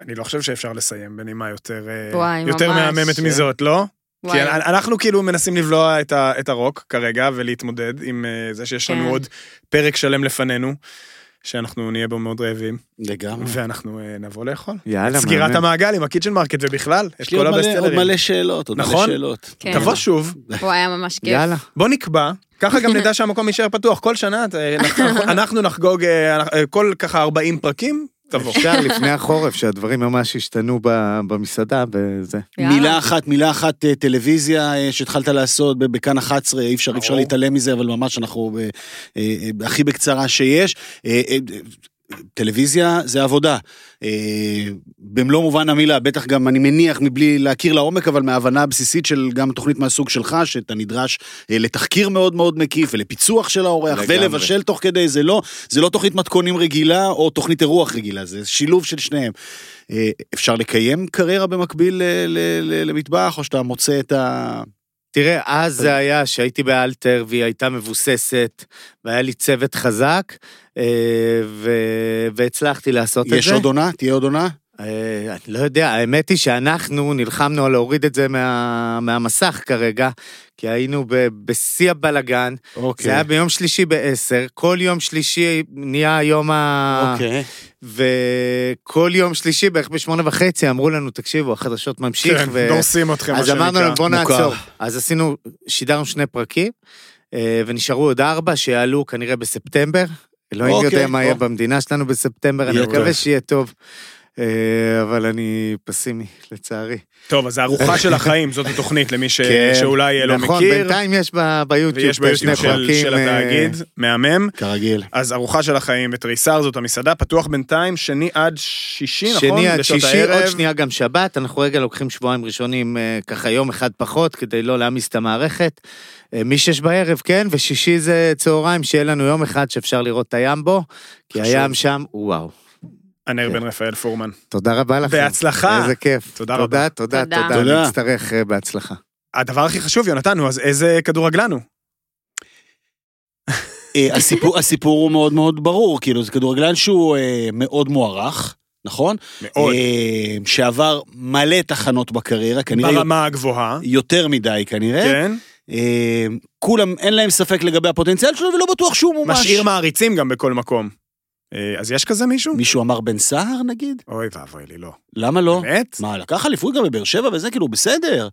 C: אני לא חושב שאפשר לסיים בנימה יותר אה,
A: וואי,
C: יותר
A: ממש.
C: מהממת מזאת, לא?
A: וואי.
C: כי אנ- אנחנו כאילו מנסים לבלוע את ה- את הרוק כרגע ולהתמודד עם אה, זה שיש לנו
A: כן.
C: עוד פרק שלם לפנינו, שאנחנו נהיה בו מאוד רעבים,
B: לגמרי.
C: ואנחנו אה, נבוא לאכול.
F: יאללה,
C: סגירת
F: מהמם.
C: המעגל עם הקיצ'ן מרקט ובכלל, את
B: יש לי
C: כל
B: עוד מלא- עוד
C: הבסטלרים.
B: מלא שאלות, עוד מלא
C: נכון?
B: שאלות.
A: כן.
C: תבוא שוב,
A: הוא היה ממש כיף.
F: יאללה.
C: בוא נקבע, ככה גם נדע שהמקום יישאר פתוח. כל שנה אה, אנחנו- אנחנו נחגוג אה, אה, כל ככה 40 פרקים, תבוא.
F: אפשר לפני החורף, שהדברים ממש השתנו ב- במסעדה וזה.
A: יאללה.
B: מילה אחת, מילה אחת, אה, טלוויזיה אה, שהתחלת לעשות ב- בכאן 11, אי אפשר, אי אפשר
C: ברור.
B: להתעלם מזה, אבל ממש אנחנו אה, אה, אה, הכי בקצרה שיש. אה, אה, אה, טלוויזיה זה עבודה. אה, במלוא מובן המילה, בטח גם, אני מניח, מבלי להכיר לעומק, אבל מההבנה הבסיסית של גם תוכנית מהסוג שלך, שאתה נדרש אה, לתחקיר מאוד מאוד מקיף ולפיצוח של האורח,
F: לגמרי.
B: ולבשל תוך כדי, זה לא, זה לא תוכנית מתכונים רגילה או תוכנית אירוח רגילה, זה שילוב של שניהם. אה, אפשר לקיים קריירה במקביל ל- ל- ל- למטבח, או שאתה מוצא את ה...
F: תראה, אז זה היה שהייתי באלתר והיא הייתה מבוססת, והיה לי צוות חזק, אה, ו- והצלחתי לעשות את זה.
B: יש עוד עונה? תהיה עוד עונה?
F: אה, אני לא יודע, האמת היא שאנחנו נלחמנו על להוריד את זה מה, מהמסך כרגע, כי היינו ב, בשיא הבלגן,
B: אוקיי,
C: אוקיי.
F: זה היה ביום שלישי ב-10, כל יום שלישי נהיה היום ה...
B: אוקיי.
F: וכל יום שלישי בערך בשמונה וחצי אמרו לנו, תקשיבו, החדשות ממשיך.
C: כן, דורסים אתכם, מה
F: אז אמרנו להם,
C: שנקרא.
F: בוא
B: מוכר."
F: נעצור. אז עשינו, שידרנו שני פרקים, אה, ונשארו עוד ארבע שיעלו כנראה בספטמבר. אלוהים
B: אוקיי,
F: יודע מה יהיה
B: אוקיי.
F: במדינה שלנו בספטמבר, אני
B: יהיה
F: מקווה
B: טוב.
F: שיהיה טוב. אה, אבל אני פסימי, לצערי.
C: טוב, אז הארוחה של החיים, זאת התוכנית למי ש-
B: כן,
C: שאולי אה, לא
F: נכון,
C: מכיר.
F: בינתיים יש ב- ביוטיוב
C: ויש
F: את השני
C: ביוטיוב של,
F: פרקים.
C: של
F: אה,
C: התאגיד, מהמם.
B: כרגיל.
C: אז ארוחה של החיים בתריסר זאת המסעדה, פתוח בינתיים, שני עד שישי, נכון?
F: שני עד
C: בשעות
F: שישי,
C: הערב.
F: עוד שנייה גם שבת, אנחנו רגע לוקחים שבועיים ראשונים, אה, ככה יום אחד פחות, כדי לא להעמיס את המערכת. אה, משש בערב, כן, ושישי זה צהריים, שיהיה לנו יום אחד שאפשר לראות את הים בו, כי
B: חשוב.
F: הים שם הוא וואו. כן.
C: ענר בן רפאל פורמן.
F: תודה רבה לכם.
C: בהצלחה.
F: איזה כיף.
C: תודה רבה.
F: תודה,
A: תודה.
F: תודה, תודה.
B: תודה.
F: נצטרך אה, בהצלחה.
C: הדבר הכי חשוב, יונתן, הוא אז איזה כדורגלן הוא?
B: אה, הסיפור- הסיפור הוא מאוד מאוד ברור, כאילו, זה כדורגלן שהוא אה, מאוד מוערך, נכון?
C: מאוד.
B: אה, שעבר מלא תחנות בקריירה, כנראה
C: ברמה הגבוהה.
B: יותר מדי כנראה.
C: כן.
B: אה, כולם, אין להם ספק לגבי הפוטנציאל שלו, ולא בטוח שהוא מומש.
C: משאיר מעריצים גם בכל מקום. אה, אז יש כזה מישהו?
B: מישהו אמר בן סהר נגיד?
C: אוי ואבוי לי, לא.
B: למה לא?
C: באמת?
B: מה, לקח אליפות גם בבאר שבע וזה, כאילו, בסדר.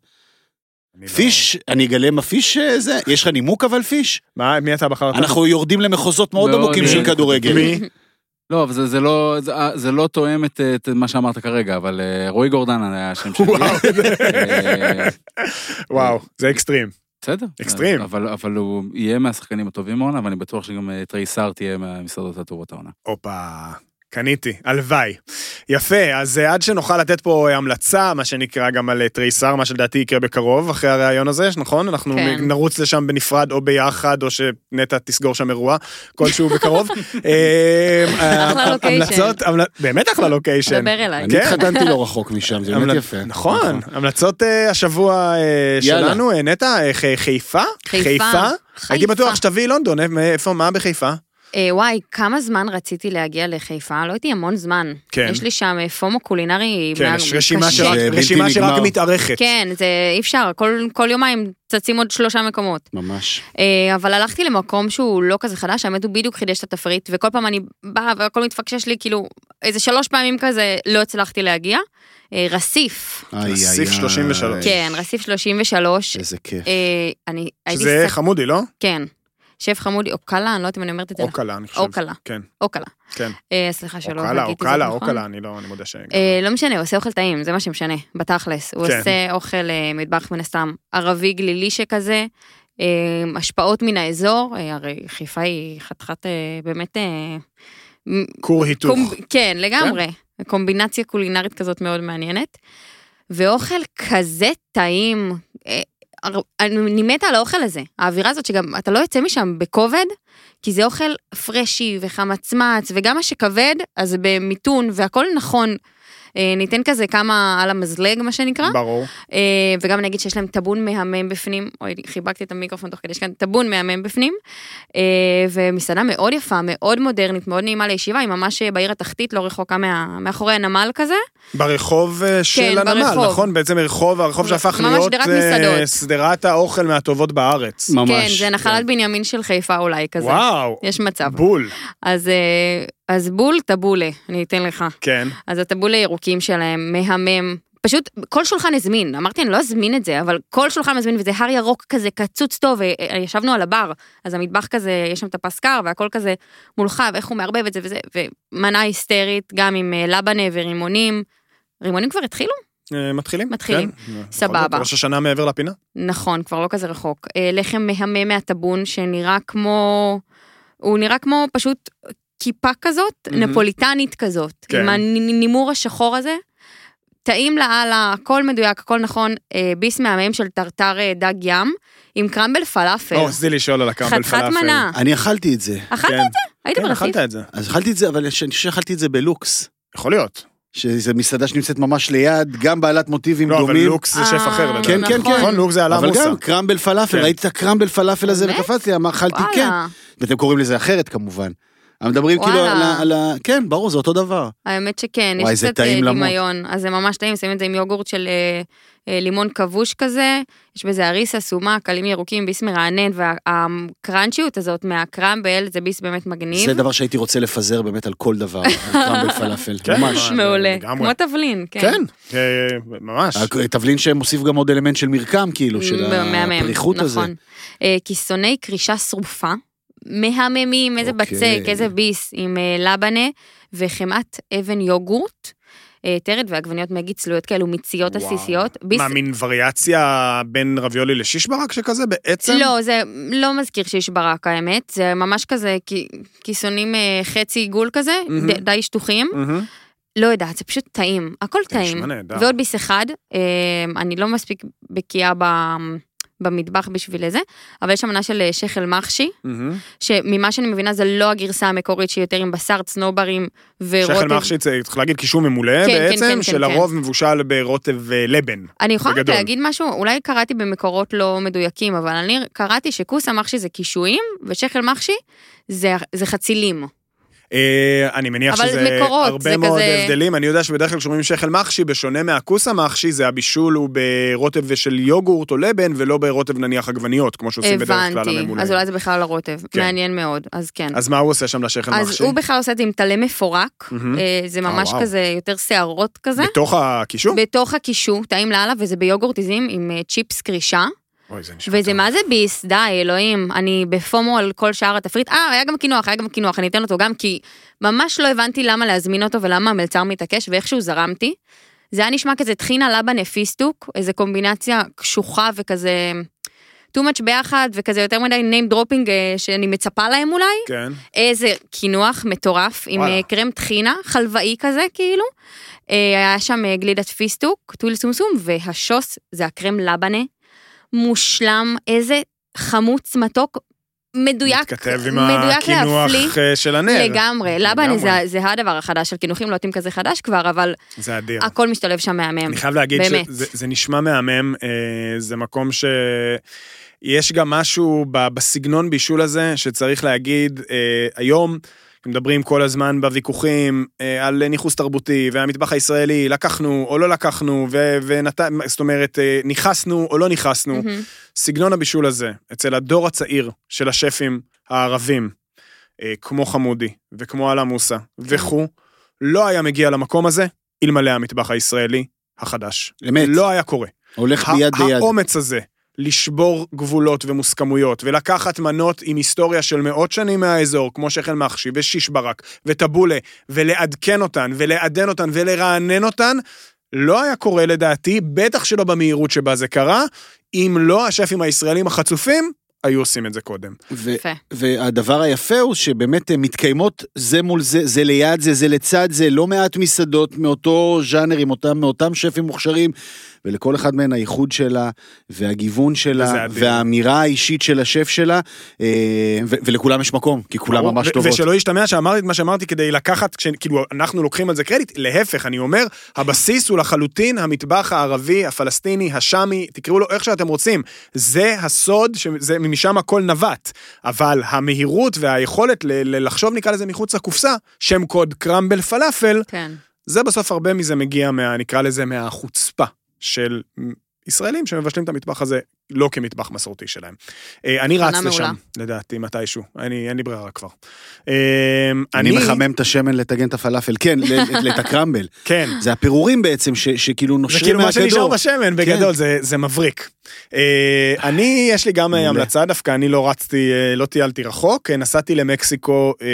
C: אני לא-
B: פיש, אני אגלה מה פיש אה, זה? יש לך נימוק אבל פיש?
C: מה, מי אתה בחרת?
B: אנחנו יורדים למחוזות מאוד
D: מאוד,
B: עמוקים
D: אה,
B: של כדורגל.
C: מי?
D: לא, אבל זה- זה לא- זה- אה, זה לא תואם את- את מה שאמרת כרגע, אבל אה, רועי גורדן היה השם שלי. אה,
C: וואו, זה אקסטרים.
D: בסדר.
C: אקסטרים.
D: אבל אבל הוא יהיה מהשחקנים הטובים העונה, ואני בטוח שגם אה, טרי סער תהיה מהמסעדות הטובות העונה.
C: הופה, קניתי, הלוואי. יפה, אז אה, עד שנוכל לתת פה אה, המלצה, מה שנקרא גם על אה, תריסר, מה שלדעתי יקרה בקרוב, אחרי הריאיון הזה, נכון? אנחנו
A: כן.
C: נרוץ לשם בנפרד או ביחד, או שנטע תסגור שם אירוע כלשהו בקרוב. אה,
A: אחלה
C: אה,
A: לוקיישן.
C: המלצות, המל- באמת אחלה לוקיישן.
A: דבר אליי.
B: אני
C: כן.
B: התחתנתי לא רחוק משם, זה באמת
C: המל-
B: יפה.
C: נכון, המלצות אה, השבוע אה,
B: יאללה.
C: שלנו, אה, נטע, אה, ח- חיפה?
A: חיפה. חיפה.
C: הייתי בטוח שתביאי לונדון, אה, מאיפה, מה בחיפה?
A: אה, וואי, כמה זמן רציתי להגיע לחיפה? לא הייתי המון זמן.
C: כן.
A: יש לי שם אה, פומו קולינרי.
C: כן,
A: מה-
C: יש רשימה
A: קשה.
C: שרק-
B: זה בלתי
C: רשימה שרק
B: נגמר.
C: מתארכת.
A: כן, זה אי אפשר, כל, כל יומיים צצים עוד שלושה מקומות.
B: ממש.
A: אה, אבל הלכתי למקום שהוא לא כזה חדש, האמת הוא בדיוק חידש את התפריט, וכל פעם אני באה והכל מתפקשש לי, כאילו, איזה שלוש פעמים כזה לא הצלחתי להגיע. אה, רסיף,
B: איי, איי,
C: סעיף
B: איי.
C: 33.
A: כן, רסיף 33.
B: איזה כיף.
A: אה, אני הייתי...
C: שזה
A: סק-
C: חמודי, לא?
A: כן. שף חמודי, אוקלה, אני לא יודעת אם אני אומרת את זה.
C: או קלה, אני חושב.
A: או קלה.
C: כן,
A: אוקלה.
C: כן.
A: אה, סליחה שלא
C: או קלה, או
A: הגיתי
C: קלה,
A: זאת
C: או
A: נכון.
C: קלה, אני לא, אני מודה ש...
A: אה, לא משנה, הוא עושה אוכל טעים, זה מה שמשנה, בתכלס. הוא
C: כן.
A: עושה אוכל אה, מטבח מן הסתם ערבי גלילי שכזה, אה, השפעות מן האזור, אה, הרי חיפה היא חתיכת אה, באמת... אה, מ-
C: כור היתוך.
A: קומב- כן, לגמרי. קומבינציה קולינרית כזאת מאוד מעניינת. ואוכל כזה טעים, אה, הר- אני אני מתה על האוכל הזה. האווירה הזאת שגם, אתה לא יוצא משם בכובד, כי זה אוכל פרשי וחמצמץ, וגם מה שכבד, אז במיתון, והכל נכון. אה, ניתן כזה כמה על המזלג, מה שנקרא.
C: ברור.
A: אה, וגם אני אגיד שיש להם טאבון מהמם בפנים, אוי, חיבקתי את המיקרופון תוך כדי, יש כאן טאבון מהמם בפנים, אה, ומסעדה מאוד יפה, מאוד מודרנית, מאוד נעימה לישיבה, היא ממש בעיר התחתית, לא רחוקה מה, מאחורי הנמל כזה.
C: ברחוב אה, של הנמל,
A: כן, ברחוב.
C: נכון? בעצם רחוב, הרחוב שהפך
A: ממש
C: להיות...
A: שדרת
C: אה,
A: מסעדות.
C: שדרת האוכל מהטובות בארץ.
B: ממש.
A: כן, זה נחלת בנימין של חיפה אולי כזה.
C: וואו,
A: יש מצב.
C: בול.
A: אז, אה, אז בול טבולה, אני אתן לך.
C: כן.
A: אז הטבול הירוקים שלהם, מהמם. פשוט כל שולחן הזמין, אמרתי אני לא אזמין את זה, אבל כל שולחן מזמין וזה הר ירוק כזה קצוץ טוב, וישבנו על הבר, אז המטבח כזה, יש שם את הפסקר והכל כזה מולך, ואיך הוא מערבב את זה וזה, ומנה היסטרית, גם עם אה, לבנה ורימונים. רימונים כבר התחילו?
C: אה, מתחילים?
A: מתחילים.
C: כן. בכל זאת,
A: סבבה.
C: ראש השנה מעבר לפינה?
A: נכון, כבר לא כזה רחוק. אה, לחם מהמם מהטאבון, שנראה כמו... הוא נראה כמו פשוט כיפה כזאת,
C: מהמם.
A: נפוליטנית כזאת.
C: כן.
A: עם הנימור השחור הזה. טעים לאללה, הכל מדויק, הכל נכון. אה, ביס מהמם של טרטר אה, דג ים, עם קרמבל פלאפל.
C: או, לא, רציתי לשאול על הקרמבל פלאפל.
A: חתיכת מנה.
B: אני אכלתי את זה.
A: אכלת
C: כן.
A: את זה? היית
C: כן,
A: ברציף?
C: אכלת את זה.
B: אז אכלתי את זה, אבל יש- אני חושב שאכלתי את זה בלוקס.
C: יכול להיות.
B: שזו מסעדה שנמצאת ממש ליד, גם בעלת מוטיבים
C: לא, אבל
B: דומים.
C: לוקס זה שף
A: אה,
C: אחר. לדעתי.
B: כן, כן, כן.
C: נכון, לוקס זה על
B: אבל
C: המוסה.
B: גם קרמבל פלאפל,
C: כן.
B: ראיתי את הקרמבל פלאפל הזה
A: באמת?
B: וקפצתי, למה אכלתי כן.
A: וואלה,
B: ואתם קוראים לזה אחרת כמובן. אבל מדברים
A: וואלה.
B: כאילו על ה- על ה... כן, ברור, זה אותו דבר.
A: האמת שכן,
B: וואי,
A: יש
B: זה
A: קצת אה,
B: טעים למות.
A: דמיון, אז זה ממש טעים, שמים את זה עם יוגורט של אה, אה, לימון כבוש כזה, יש בזה אריסה, סומק, עלים ירוקים, ביס מרענן, והקראנצ'יות הזאת מהקרמבל, זה ביס באמת מגניב.
B: זה דבר שהייתי רוצה לפזר באמת על כל דבר, על קרמבל פלאפל,
C: כן.
B: ממש.
A: מעולה,
C: לגמרי.
A: כמו תבלין, כן.
C: כן, אה, ממש.
B: תבלין שמוסיף גם עוד אלמנט של מרקם, כאילו, של
A: מהמם,
B: הפריחות הזה.
A: נכון. אה, כיסוני קרישה שרופה, מהממים, איזה
B: אוקיי.
A: בצק, איזה ביס, עם אה, לבנה וחמאת אבן יוגורט, אה, טרד ועגבניות מגי צלויות כאלו, מיציות
C: וואו.
A: עסיסיות. ביס
C: מה, מין וריאציה בין רביולי לשיש ברק שכזה בעצם?
A: לא, זה לא מזכיר שיש ברק האמת, זה ממש כזה כי- כיסונים אה, חצי עיגול כזה,
C: מהמם.
A: ד- די שטוחים.
C: מהמם.
A: לא יודעת, זה פשוט טעים, הכל
C: זה נשמע
A: טעים.
C: נהדר.
A: ועוד ביס אחד, אה, אני לא מספיק בקיאה ב- במטבח בשביל זה, אבל יש אמנה של אה, שכל מחשי,
C: מהמם.
A: שממה שאני מבינה זה לא הגרסה המקורית שהיא יותר עם בשר, צנוברים ורוטב.
C: שכל מחשיץ, אה, צריך להגיד קישור ממולא
A: כן, כן, כן,
C: בעצם,
A: כן,
C: שלרוב מבושל ברוטב אה, לבן.
A: אני יכולה רק
C: בגדול.
A: להגיד משהו, אולי קראתי במקורות לא מדויקים, אבל אני קראתי שכוס המחשי זה קישואים, ושכל מחשי זה, זה חצילים.
C: אה, אני מניח
A: אבל
C: שזה
A: מקורות,
C: הרבה
A: זה
C: מאוד
A: כזה-
C: הבדלים. אני יודע שבדרך כלל כשאומרים שכל מחשי, בשונה מהכוס המחשי, זה הבישול הוא ברוטב של יוגורט או לבן, ולא ברוטב נניח עגבניות, כמו שעושים בדרך כלל
A: הבנתי,
C: הממולאים.
A: אז אולי זה בכלל הרוטב,
C: כן.
A: מעניין מאוד, אז כן.
C: אז מה הוא עושה שם לשכל
A: אז
C: מחשי?
A: הוא בכלל עושה את זה עם טלה מפורק,
C: מהמם.
A: אה, זה ממש
C: וואו.
A: כזה יותר שערות כזה.
C: בתוך הקישור?
A: בתוך הקישור, טעים לאללה, וזה ביוגורט עיזים עם אה, צ'יפס קרישה.
C: אוי, זה נשמע
A: וזה
C: טוב.
A: מה זה ביס, די, אלוהים, אני בפומו על כל שאר התפריט. אה, היה גם קינוח, היה גם קינוח, אני אתן אותו גם, כי ממש לא הבנתי למה להזמין אותו ולמה המלצר מתעקש, ואיכשהו זרמתי. זה היה נשמע כזה טחינה לבה נפיסטוק, איזה קומבינציה קשוחה וכזה too much ביחד, וכזה יותר מדי name dropping אה, שאני מצפה להם אולי.
C: כן.
A: איזה קינוח מטורף, עם
C: וואלה.
A: אה, קרם טחינה, חלבאי כזה כאילו. אה, היה שם אה, גלידת פיסטוק, טוויל סומסום, והשוס זה הקרם לבנה. מושלם, איזה חמוץ מתוק, מדויק,
C: מתכתב עם
A: מדויק
C: הקינוח
A: להפליא.
C: אה, של הנר.
A: לגמרי, לבנה
C: לגמרי.
A: זה, זה הדבר החדש של קינוחים, לא יודעים כזה חדש כבר, אבל
C: זה אדיר.
A: הכל משתלב שם מהמם.
C: כן. אני חייב להגיד
A: באמת.
C: שזה זה נשמע מהמם, אה, זה מקום ש... יש גם משהו ב- בסגנון בישול הזה שצריך להגיד אה, היום. מדברים כל הזמן בוויכוחים אה, על ניכוס תרבותי והמטבח הישראלי, לקחנו או לא לקחנו, ו- ונת... זאת אומרת, אה, ניכסנו או לא ניכסנו.
A: מהמם.
C: סגנון הבישול הזה, אצל הדור הצעיר של השפים הערבים, אה, כמו חמודי וכמו אללה מוסא וכו', לא היה מגיע למקום הזה אלמלא המטבח הישראלי החדש.
B: אמת,
C: לא היה קורה.
B: הולך
C: ה-
B: ביד ביד.
C: האומץ הזה לשבור גבולות ומוסכמויות ולקחת מנות עם היסטוריה של מאות שנים מהאזור, כמו שכן מחשי ושיש ברק וטבולה, ולעדכן אותן ולעדן אותן ולרענן אותן, לא היה קורה לדעתי, בטח שלא במהירות שבה זה קרה, אם לא השפים הישראלים החצופים היו עושים את זה קודם.
B: ו-
C: אה,
A: יפה.
B: והדבר היפה הוא שבאמת הן מתקיימות זה מול זה, זה ליד זה, זה לצד זה, לא מעט מסעדות מאותו ז'אנר עם אותם, מאותם שפים מוכשרים, ולכל אחד מהן הייחוד שלה, והגיוון
C: וזה
B: שלה,
C: אדיר.
B: והאמירה האישית של השף שלה, אה, ו- ולכולם יש מקום, כי כולם ממש
C: ו-
B: טובות.
C: ושלא ישתמע שאמרתי את מה שאמרתי כדי לקחת, כש- כאילו אנחנו לוקחים על זה קרדיט, להפך, אני אומר, הבסיס הוא לחלוטין המטבח הערבי, הפלסטיני, השאמי, תקראו לו איך שאתם רוצים. זה הסוד, שזה- משם הכל נווט. אבל המהירות והיכולת ל- ל- לחשוב, נקרא לזה, מחוץ לקופסה, שם קוד קרמבל פלאפל,
A: כן.
C: זה בסוף הרבה מזה מגיע, מה, נקרא לזה, מהחוצפה של ישראלים שמבשלים את המטבח הזה לא כמטבח מסורתי שלהם. אה, אני
A: הכנה
C: רץ לשם,
A: מעולה.
C: לדעתי, מתישהו. אני, אין לי ברירה כבר. אה,
B: אני מחמם את השמן לטגן את הפלאפל, כן, ל- את הקרמבל.
C: כן.
B: זה הפירורים בעצם, ש- שכאילו
C: זה
B: נושרים
C: כאילו מה שנשאר
B: מהכדור.
C: בשמן, בגדול, זה- זה מבריק. אה, אני, יש לי גם אה,
B: מעולה.
C: המלצה דווקא, אני לא רצתי, אה, לא טיילתי רחוק, אה, נסעתי למקסיקו אה,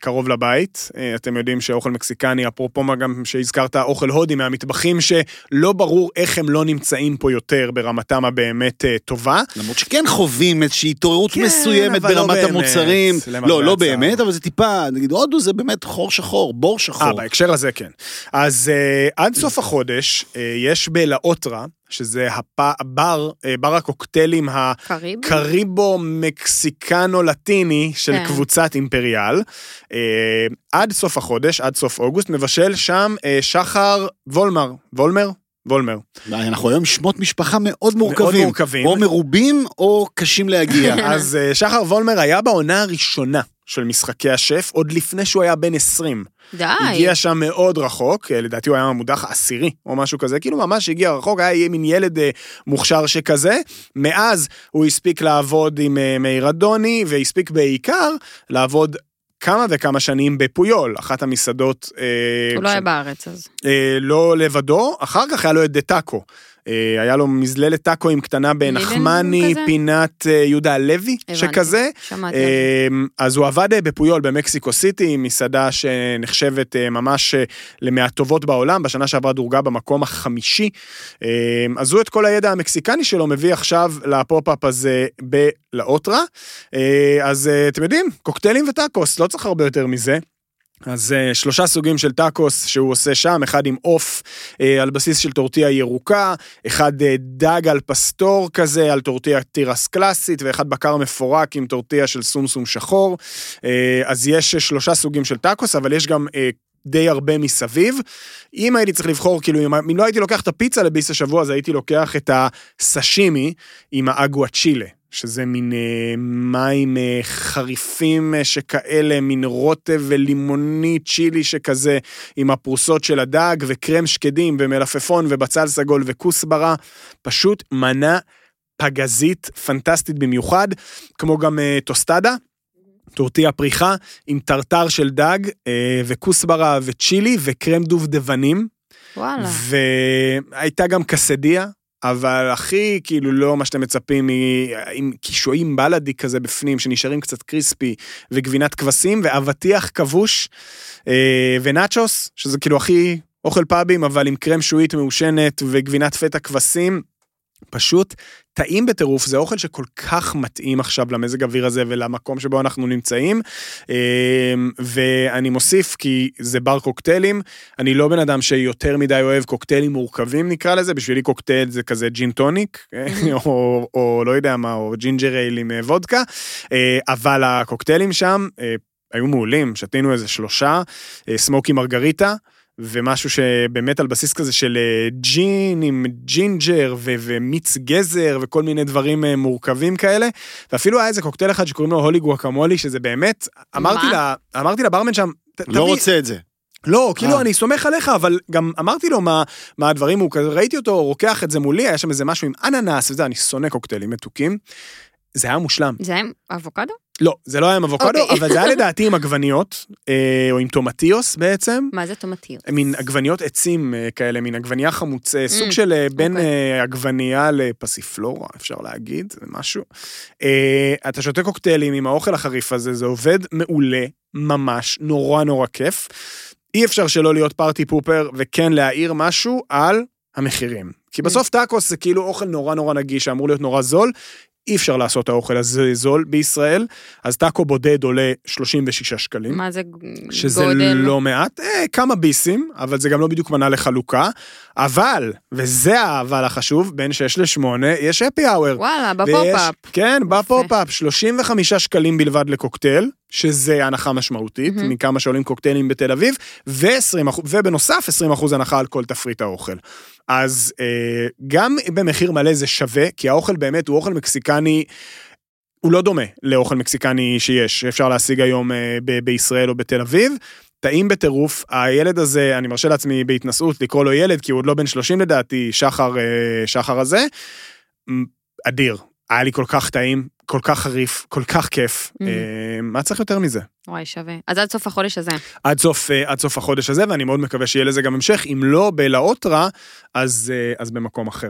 C: קרוב לבית. אה, אתם יודעים שהאוכל מקסיקני, אפרופו מה גם שהזכרת, אוכל הודי מהמטבחים שלא ברור איך הם לא נמצאים פה יותר ברמתם הבאמת אה, טובה.
B: למרות שכן חווים איזושהי התעוררות
C: כן,
B: מסוימת
C: אבל לא
B: ברמת
C: באמת,
B: המוצרים.
C: למרבה
B: לא, לא
C: הצער.
B: באמת, אבל זה טיפה, נגיד הודו זה באמת חור שחור, בור
C: אה,
B: שחור.
C: בהקשר הזה כן. אז אה, עד סוף החודש אה, יש בלאוטרה, שזה הפ- הבר, אה, בר הקוקטיילים ה...
A: קריב?
C: קריבו מקסיקנו לטיני של
A: כן.
C: קבוצת אימפריאל. אה, עד סוף החודש, עד סוף אוגוסט, מבשל שם אה, שחר וולמר. וולמר? וולמר.
B: אנחנו היום שמות משפחה מאוד
C: מאוד
B: מורכבים.
C: מורכבים.
B: או מרובים או קשים להגיע.
C: אז אה, שחר וולמר היה בעונה הראשונה של משחקי השף, עוד לפני שהוא היה בן 20.
A: די.
C: הגיע שם מאוד רחוק, אה, לדעתי הוא היה המודח העשירי או משהו כזה, כאילו ממש הגיע רחוק, היה מין ילד אה, מוכשר שכזה. מאז הוא הספיק לעבוד עם אה, מאיר אדוני, והספיק בעיקר לעבוד כמה וכמה שנים בפויול, אחת המסעדות... אה,
A: הוא לא
C: ש-
A: היה בארץ אז.
C: אה, לא לבדו, אחר כך היה לו את דה טאקו. אה, היה לו מזללת טאקוים קטנה
A: לידן
C: בנחמני,
A: כזה?
C: פינת אה, יהודה הלוי,
A: הבנתי.
C: שכזה.
A: שמעתי. על זה.
C: אמ, אז הוא עבד אה, בפויול במקסיקו סיטי, מסעדה שנחשבת אה, ממש אה, למהטובות בעולם, בשנה שעברה דורגה במקום החמישי. אמ, אז הוא את כל הידע המקסיקני שלו מביא עכשיו לפופ-אפ הזה בלאוטרה. אה, אז אה, אתם יודעים, קוקטיילים וטאקוס, לא צריך הרבה יותר מזה. אז uh, שלושה סוגים של טאקוס שהוא עושה שם, אחד עם עוף uh, על בסיס של טורטיה ירוקה, אחד uh, דג על פסטור כזה, על טורטיה תירס קלאסית, ואחד בקר מפורק עם טורטיה של סומסום שחור. Uh, אז יש אה, שלושה סוגים של טאקוס, אבל יש גם... Uh, די הרבה מסביב. אם הייתי צריך לבחור, כאילו, אם- אם לא הייתי לוקח את הפיצה לביס השבוע, אז הייתי לוקח את הסשימי עם האגווה צ'ילה, שזה מין אה, מים אה, חריפים אה, שכאלה, מין רוטב ולימוני צ'ילי שכזה, עם הפרוסות של הדג, וקרם שקדים, ומלפפון, ובצל סגול, וכוסברה. פשוט מנה פגזית פנטסטית במיוחד, כמו גם אה, טוסטדה. טורטיה פריחה עם טרטר של דג אה, וכוסברה וצ'ילי וקרם דובדבנים
A: וואלה.
C: והייתה גם קסדיה, אבל הכי כאילו לא מה שאתם מצפים, היא עם קישואים בלאדי כזה בפנים, שנשארים קצת קריספי, וגבינת כבשים, ואבטיח כבוש, אה, ונאצ'וס, שזה כאילו הכי אוכל פאבים, אבל עם קרם שועית מעושנת וגבינת פטה כבשים. פשוט טעים בטירוף, זה אוכל שכל כך מתאים עכשיו למזג האוויר הזה ולמקום שבו אנחנו נמצאים. אה, ואני מוסיף כי זה בר קוקטיילים, אני לא בן אדם שיותר מדי אוהב קוקטיילים מורכבים נקרא לזה, בשבילי קוקטייל זה כזה ג'ין טוניק, או, או לא יודע מה, או ג'ינג'ר אייל עם אה, וודקה, אה, אבל הקוקטיילים שם אה, היו מעולים, שתינו איזה שלושה, אה, סמוקי מרגריטה. ומשהו שבאמת על בסיס כזה של אה, ג'ין עם ג'ינג'ר ו- ומיץ גזר וכל מיני דברים אה, מורכבים כאלה. ואפילו היה איזה קוקטייל אחד שקוראים לו הולי גואקמולי, שזה באמת, אמרתי,
A: מה?
C: לה, אמרתי לברמן שם, "ת-
B: לא
C: תביא-
B: רוצה את זה.
C: לא, כאילו,
B: אה.
C: אני סומך עליך, אבל גם אמרתי לו מה, מה הדברים, הוא כזה, ראיתי אותו רוקח את זה מולי, היה שם איזה משהו עם אננס וזה, אני שונא קוקטיילים מתוקים. זה היה מושלם.
A: זה עם אבוקדו?
C: לא, זה לא היה עם אבוקדו,
A: אוקיי.
C: אבל זה היה לדעתי עם עגבניות, אה, או עם טומטיוס בעצם.
A: מה זה טומטיות?
C: מין עגבניות עצים אה, כאלה, מין עגבנייה חמוצה, סוג
A: Mm,
C: של אה, בין
A: אוקיי.
C: אה, עגבנייה לפסיפלורה, אפשר להגיד, זה משהו. אה, אתה שותה קוקטיילים עם האוכל החריף הזה, זה עובד מעולה, ממש, נורא נורא כיף. אי אפשר שלא להיות פארטי פופר וכן להעיר משהו על המחירים. כי
A: Mm.
C: בסוף טאקוס זה כאילו אוכל נורא נורא נגיש, שאמור להיות נורא זול. אי אפשר לעשות את האוכל הזה זול בישראל, אז טאקו בודד עולה 36 שקלים.
A: מה זה ג-
C: שזה
A: גודל?
C: לא מעט, אה, כמה ביסים, אבל זה גם לא בדיוק מנה לחלוקה. אבל, וזה האבל החשוב, בין 6 ל-8 יש אפי האוור.
A: וואלה, בפופ-אפ.
C: כן, בפופ-אפ, 35 שקלים בלבד לקוקטייל, שזה הנחה משמעותית,
A: מהמם.
C: מכמה שעולים קוקטיילים בתל אביב, ו-20 אחוז- ובנוסף 20 אחוז הנחה על כל תפריט האוכל. אז אה, גם במחיר מלא זה שווה, כי האוכל באמת הוא אוכל מקסיקני הוא לא דומה לאוכל מקסיקני שיש, שאפשר להשיג היום אה, ב- בישראל או בתל אביב. טעים בטירוף, הילד הזה, אני מרשה לעצמי בהתנשאות לקרוא לו ילד, כי הוא עוד לא בן 30 לדעתי, שחר, אה, שחר הזה. מ, אדיר, היה לי כל כך טעים, כל כך חריף, כל כך כיף.
A: Mhm.
C: אה, מה צריך יותר מזה?
A: וואי, שווה. אז עד סוף החודש הזה.
C: עד סוף, אה, עד סוף החודש הזה, ואני מאוד מקווה שיהיה לזה גם המשך, אם לא בלאוטרה, אז, אה, אז במקום אחר.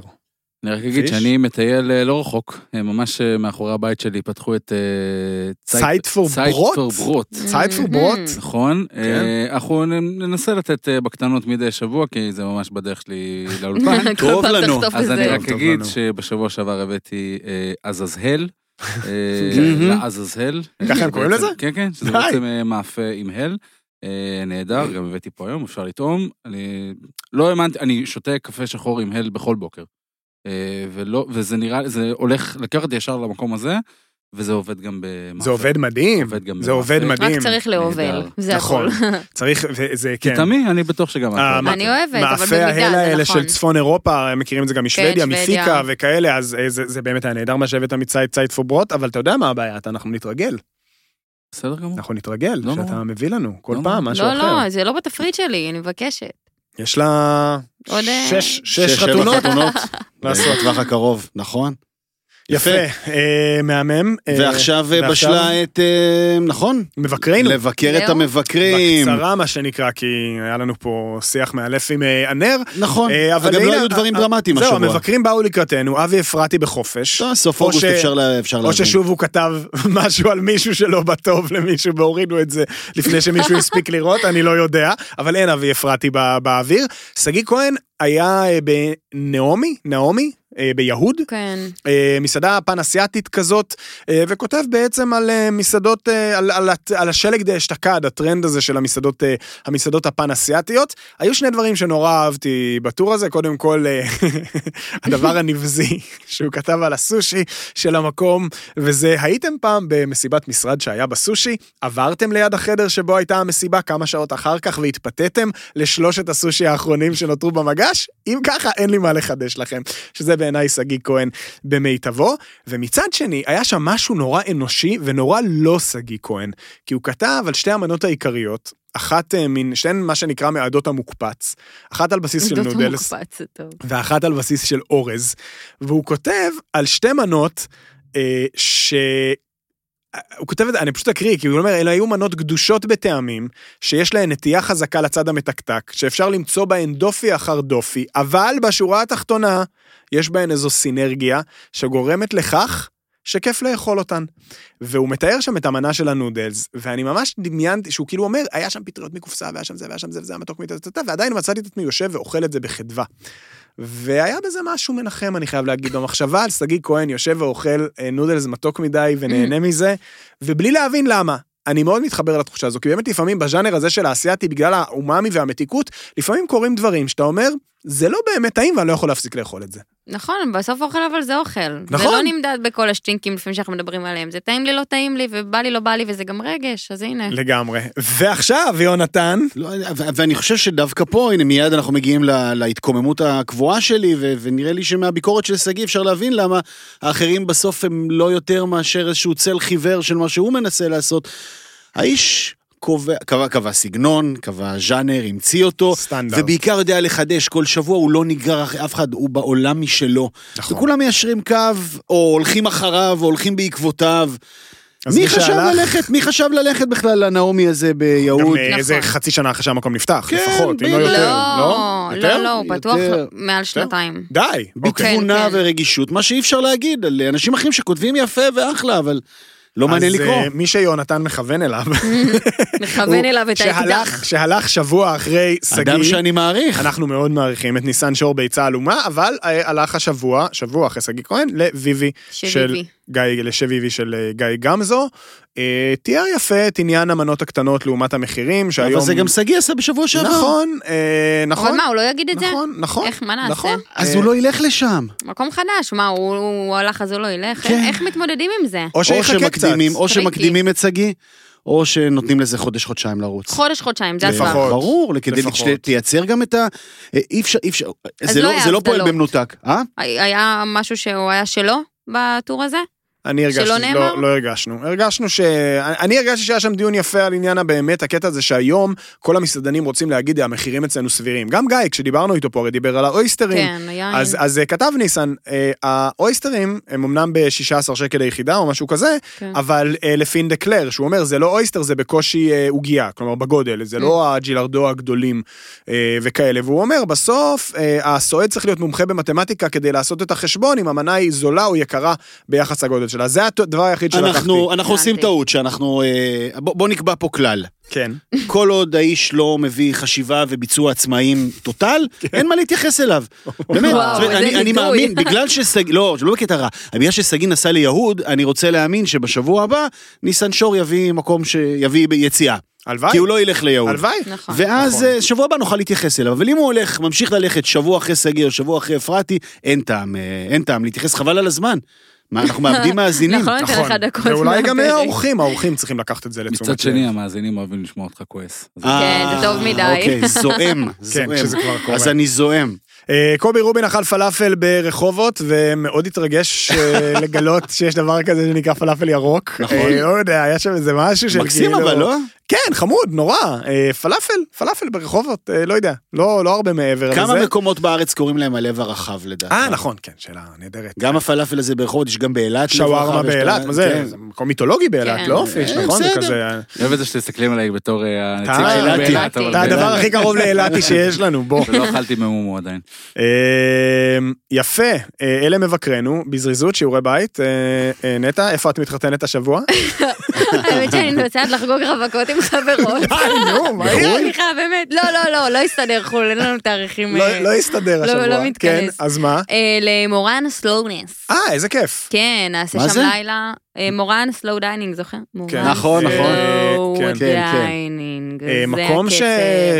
D: אני רק אגיד
C: פיש?
D: שאני מטייל אה, לא רחוק, אה, ממש אה, מאחורי הבית שלי פתחו את... אה,
C: צייט פור
D: צייט
C: ברוט?
D: פור ברוט.
C: צייד פור ברוט?
A: Mhm.
D: נכון, אה, אנחנו נ- ננסה לתת אה, בקטנות מדי שבוע, כי זה ממש בדרך שלי לאולפן.
A: כל
B: טוב
A: פעם
B: לנו.
A: תחטוף
D: אז
A: את
D: אני
A: זה.
D: רק
C: טוב, טוב
D: אגיד
C: לנו.
D: שבשבוע שעבר הבאתי אה, עזאזהל. אה,
B: Mhm.
D: לעזאזהל.
C: ככה הם קוראים
D: בעצם-
C: לזה?
D: כן, כן, שזה
C: די.
D: בעצם אה, מאפה עם הל. אה, נהדר, גם הבאתי פה היום, אפשר לטעום. אני לא האמנתי, אני שותה קפה שחור עם הל בכל בוקר. אה, ולא, וזה נראה, זה הולך, לקח אותי ישר למקום הזה, וזה עובד גם במאפה.
C: זה עובד מדהים,
D: עובד גם
C: זה עובד
D: במאפה.
A: רק
C: מדהים.
A: צריך להובל,
D: נהדר.
A: זה
C: נכון,
A: הכל.
C: צריך, וזה כן.
D: טעמי, אני בטוח שגם
C: אה,
D: אתה.
C: מה-
A: אני אוהבת, אבל
C: מאפי
A: במידה,
C: ההלה
A: זה
C: האלה
A: נכון. כן,
C: של צפון אירופה, הם מכירים את זה גם משוודיה,
A: שוודיה.
C: מפיקה וכאלה, אז אה, זה זה באמת היה נהדר מה שהבאת מצייד צייד פוברוט, אבל אתה יודע מה הבעיה, אתה- אנחנו נתרגל,
D: בסדר גמור.
C: אנחנו נתרגל,
D: לא
C: שאתה
D: נורא.
C: מביא לנו כל
D: לא
C: פעם
D: נורא.
C: משהו
A: לא,
C: אחר.
A: לא, זה לא בתפריט שלי, אני מבקשת.
C: יש לה
A: עוד, אה,
C: שש- שש
B: שש, שבע
C: חתונות
B: חתונות.
C: לעשות.
B: בטווח הקרוב, נכון?
C: יפה, אה, מהמם. אה,
B: ועכשיו אה,
C: ועכשיו?
B: בשלה את, אה, נכון?
C: מבקרינו.
B: לבקר את
A: זהו.
B: המבקרים.
C: בקצרה מה שנקרא, כי היה לנו פה שיח מאלף עם אה, הנר.
B: נכון,
C: אה, אבל
B: אבל גם לא
C: הנה,
B: היו דברים
C: אה,
B: דרמטיים
C: זהו,
B: השבוע.
C: המבקרים באו לקראתנו, אבי אפרתי בחופש.
B: טוב, סוף
C: או
B: אוגוסט
C: ש-
B: אפשר לה- אפשר
C: או
B: להבין.
C: ששוב הוא כתב משהו על מישהו שלא בטוב למישהו והורידו את זה לפני שמישהו הספיק לראות, אני לא יודע, אבל אין אבי אפרתי בא, באוויר. שגיא כהן היה אה, בנעמי, נעמי, אה, ביהוד,
A: כן.
C: אה, מסעדה פן-אסיאתית כזאת, אה, וכותב בעצם על אה, מסעדות, אה, על, על, הת- על השלג דה אשתקד, הטרנד הזה של המסעדות, אה, המסעדות הפן-אסיאתיות. היו שני דברים שנורא אהבתי בטור הזה, קודם כל אה, הדבר הנבזי שהוא כתב על הסושי של המקום, וזה הייתם פעם במסיבת משרד שהיה בסושי, עברתם ליד החדר שבו הייתה המסיבה כמה שעות אחר כך והתפתיתם לשלושת הסושי האחרונים שנותרו במגש? אם ככה, אין לי מה לחדש לכם. שזה בעיניי שגיא כהן במיטבו. ומצד שני, היה שם משהו נורא אנושי ונורא לא שגיא כהן. כי הוא כתב על שתי המנות העיקריות, אחת אה, מן, שתיהן מה שנקרא מעדות המוקפץ, אחת על בסיס של
A: עדות
C: נודלס,
A: המוקפץ, זה טוב.
C: ואחת על בסיס של אורז, והוא כותב על שתי מנות אה, ש... אה, הוא כותב את זה, אני פשוט אקריא, כי הוא אומר, אלה היו מנות גדושות בטעמים, שיש להן נטייה חזקה לצד המתקתק, שאפשר למצוא בהן דופי אחר דופי, אבל בשורה התחתונה, יש בהן איזו סינרגיה שגורמת לכך שכיף לאכול אותן. והוא מתאר שם את המנה של הנודלס, ואני ממש דמיינתי שהוא כאילו אומר, היה שם פטריות מקופסה, והיה שם זה, והיה שם זה, וזה היה מתוק מטטטט, ועדיין מצאתי את עצמי יושב ואוכל את זה בחדווה. והיה בזה משהו מנחם, אני חייב להגיד, במחשבה על שגיא כהן יושב ואוכל אה, נודלס מתוק מדי ונהנה מזה, ובלי להבין למה. אני מאוד מתחבר לתחושה הזו, כי באמת לפעמים בז'אנר הזה של האסייתי, בגלל האומאמי והמתיקות, לפעמים קורים דברים שאתה אומר, זה לא באמת טעים ואני לא יכול להפסיק לאכול את זה.
A: נכון, בסוף אוכל אבל זה אוכל. נכון. זה
C: נכון.
A: לא נמדד בכל השטינקים לפעמים שאנחנו מדברים עליהם. זה טעים לי, לא טעים לי, ובא לי, לא בא לי, וזה גם רגש, אז הנה.
C: לגמרי. ועכשיו, יונתן,
B: לא, ו- ואני חושב שדווקא פה, הנה מיד אנחנו מגיעים לה, להתקוממות הקבועה שלי, ו- ונראה לי שמהביקורת של שגיא אפשר להבין למה האחרים בסוף הם לא יותר מאשר איזשהו צל חיוור של מה שהוא מנסה לעשות. האיש קובע, קבע, קבע סגנון, קבע ז'אנר, המציא אותו,
C: סטנדרט.
B: ובעיקר יודע לחדש, כל שבוע הוא לא נגרר אחרי אף אחד, הוא בעולם משלו.
C: נכון.
B: וכולם מיישרים קו, או הולכים אחריו, או הולכים בעקבותיו.
C: אז
B: מי
C: מי
B: חשב
C: שהלך-
B: ללכת, מי חשב ללכת בכלל לנעמי הזה ביהוד?
C: גם אה,
A: נכון.
C: איזה חצי שנה אחרי שהמקום נפתח,
B: כן,
C: לפחות, אם לא
B: בדיוק.
C: יותר.
A: לא,
C: יותר?
A: לא, לא, הוא פתוח
B: יותר.
A: מעל שנתיים.
C: די. אוקיי.
B: בתבונה
A: כן, כן.
B: ורגישות, מה שאי אפשר להגיד על אנשים אחרים שכותבים יפה ואחלה, אבל לא מעניין
C: אז,
B: לקרוא.
C: אה, מי שיונתן מכוון אליו,
A: מכוון אליו את האקדח.
C: שהלך- שהלך שבוע אחרי
B: אדם
C: שגיא,
B: שאני מעריך.
C: אנחנו מאוד מעריכים את ניסן שור ביצה עלומה, אבל אה, הלך השבוע, שבוע אחרי שגיא כהן, לוויבי
A: של
C: של
A: ויבי.
C: גיא, לשביבי של אה, גיא גמזו. אה, תיאר יפה את עניין המנות הקטנות לעומת המחירים, שהיום...
B: אבל זה גם שגיא עשה בשבוע שעבר.
C: נכון, אה, נכון.
A: אבל מה, הוא לא יגיד את זה?
C: נכון, נכון.
A: איך, מה נעשה?
C: נכון.
B: אז הוא לא ילך לשם.
A: מקום חדש, מה, הוא- הוא הלך אז הוא לא ילך?
B: כן.
A: איך מתמודדים עם זה?
C: או
B: או
C: שיחכה קצת.
B: שמקדימים, או
A: טריקי.
B: שמקדימים את שגיא, או שנותנים לזה חודש-חודשיים לרוץ.
A: חודש, חודשיים, זה
C: לפחות.
A: הטווח.
B: ברור, כדי
C: לפחות.
B: שת- תייצר גם את ה... אה, אי אפשר, אי אפשר,
A: אז
B: זה
A: לא
B: לא-
A: היה
B: זה לא
A: הבדלות.
B: פועל במנותק, אה?
A: היה משהו שהוא היה שלו בטור הזה?
C: אני הרגשתי,
A: שלא נאמר?
C: לא, לא הרגשנו. הרגשנו ש... אני- אני הרגשתי שהיה שם דיון יפה על עניין הבאמת, הקטע הזה שהיום כל המסעדנים רוצים להגיד, המחירים אצלנו סבירים. גם גיא, כשדיברנו איתו פה, הרי דיבר על האויסטרים.
A: כן, היה...
C: אז, אז אה, כתב ניסן, אה, האויסטרים הם אמנם ב-16 שקל ליחידה או משהו כזה,
A: כן.
C: אבל אה, לפינדקלר, שהוא אומר, זה לא אויסטר, זה בקושי אה, עוגייה, כלומר בגודל, זה לא
A: כן.
C: הג'ילרדו הגדולים אה, וכאלה. והוא אומר, בסוף אה, הסועד צריך להיות מומחה במתמטיקה כדי לעשות את החשבון אם המנה היא זולה או יקרה ביחס לגודל שלה. זה הת- הדבר היחיד שלקחתי.
B: אנחנו אנחנו עושים
A: הבנתי.
B: טעות שאנחנו... אה, בוא בוא נקבע פה כלל.
C: כן.
B: כל עוד האיש לא מביא חשיבה וביצוע עצמאיים טוטל,
C: כן.
B: אין מה להתייחס אליו. באמת,
A: וואו,
B: זאת אומרת,
A: איזה
B: אני- אני
A: נידוי.
B: מאמין, בגלל שסגי, לא, לא בקטע רע, בגלל שסגי נסע ליהוד, אני רוצה להאמין שבשבוע הבא ניסן שור יביא מקום שיביא ביציאה.
C: הלוואי,
B: כי הוא לא ילך ליהוד.
C: הלוואי.
A: נכון.
B: ואז
C: נכון.
B: אה, שבוע הבא נוכל להתייחס אליו, אבל אם הוא הולך, ממשיך ללכת שבוע אחרי סגי או שבוע אחרי אפרתי, אין טעם, אה, אין טעם להתייחס, חבל על הזמן. מה, אנחנו מאבדים מאזינים.
A: נכון, ניתן לך דקות
C: ואולי גם
A: מהפרק.
C: האורחים, האורחים צריכים לקחת את זה לתשומת לב.
D: מצד שני, המאזינים אוהבים לשמוע אותך כועס. אז
A: כן, זה טוב
B: אה,
A: מדי.
B: אוקיי, זועם, זועם.
C: כן, כשזה כבר קורה.
B: אז אני זועם.
C: אה, קובי רובין אכל פלאפל ברחובות ומאוד התרגש אה, לגלות שיש דבר כזה שנקרא פלאפל ירוק.
B: נכון.
C: אה, לא יודע, היה שם איזה משהו של
B: מקסים אבל, לא?
C: כן, חמוד, נורא. אה, פלאפל, פלאפל ברחובות, אה, לא יודע, לא, לא הרבה מעבר לזה.
B: כמה מקומות בארץ קוראים להם הלב הרחב לדעתך?
C: אה, נכון, כן, שאלה נהדרת.
B: גם הפלאפל הזה ברחובות, יש גם באילת. לב
C: שווארמה
B: רחב, יש את ה-
C: באילת, מה זה?
B: כן.
C: זה מקום מיתולוגי באילת,
A: כן.
C: לא אופיש,
B: אה,
C: נכון? זה
B: בסדר.
C: כזה...
D: אני אוהב את זה שמסתכלים עליי בתור אה, הנציג
C: אתה
D: של
B: אילתי.
D: באילת. אבל
C: אתה הדבר
D: באילת.
C: הכי קרוב לאילתי שיש לנו, בוא.
D: ולא אכלתי ממומו עדיין.
C: אמ, יפה, אה, אלה מבקרינו, בזריזות, שיעורי בית. אה, אה, נטע, איפה את מתחתנת השבוע?
A: האמת שאני נוסעת לחגוג רווקות עם חברות.
C: די, נו, מה
A: לא,
C: יהיה?
A: סליחה, באמת. לא, לא, לא, לא הסתדר חו"ל, אין לנו תאריכים.
C: לא-
A: אה,
C: לא הסתדר
A: לא-
C: השבוע.
A: לא מתכנס.
C: כן, אז מה?
A: אה, למורן סלונס.
C: אה, איזה כיף.
A: כן, נעשה
B: מה
A: שם
B: זה?
A: לילה. אה, מורן סלואו דיינינג, זוכר? מורן
B: נכון, נכון.
A: סלואו
C: אה, כן,
B: כן, כן.
A: דיינינג.
C: אה,
A: זה
C: מקום
A: הקצב.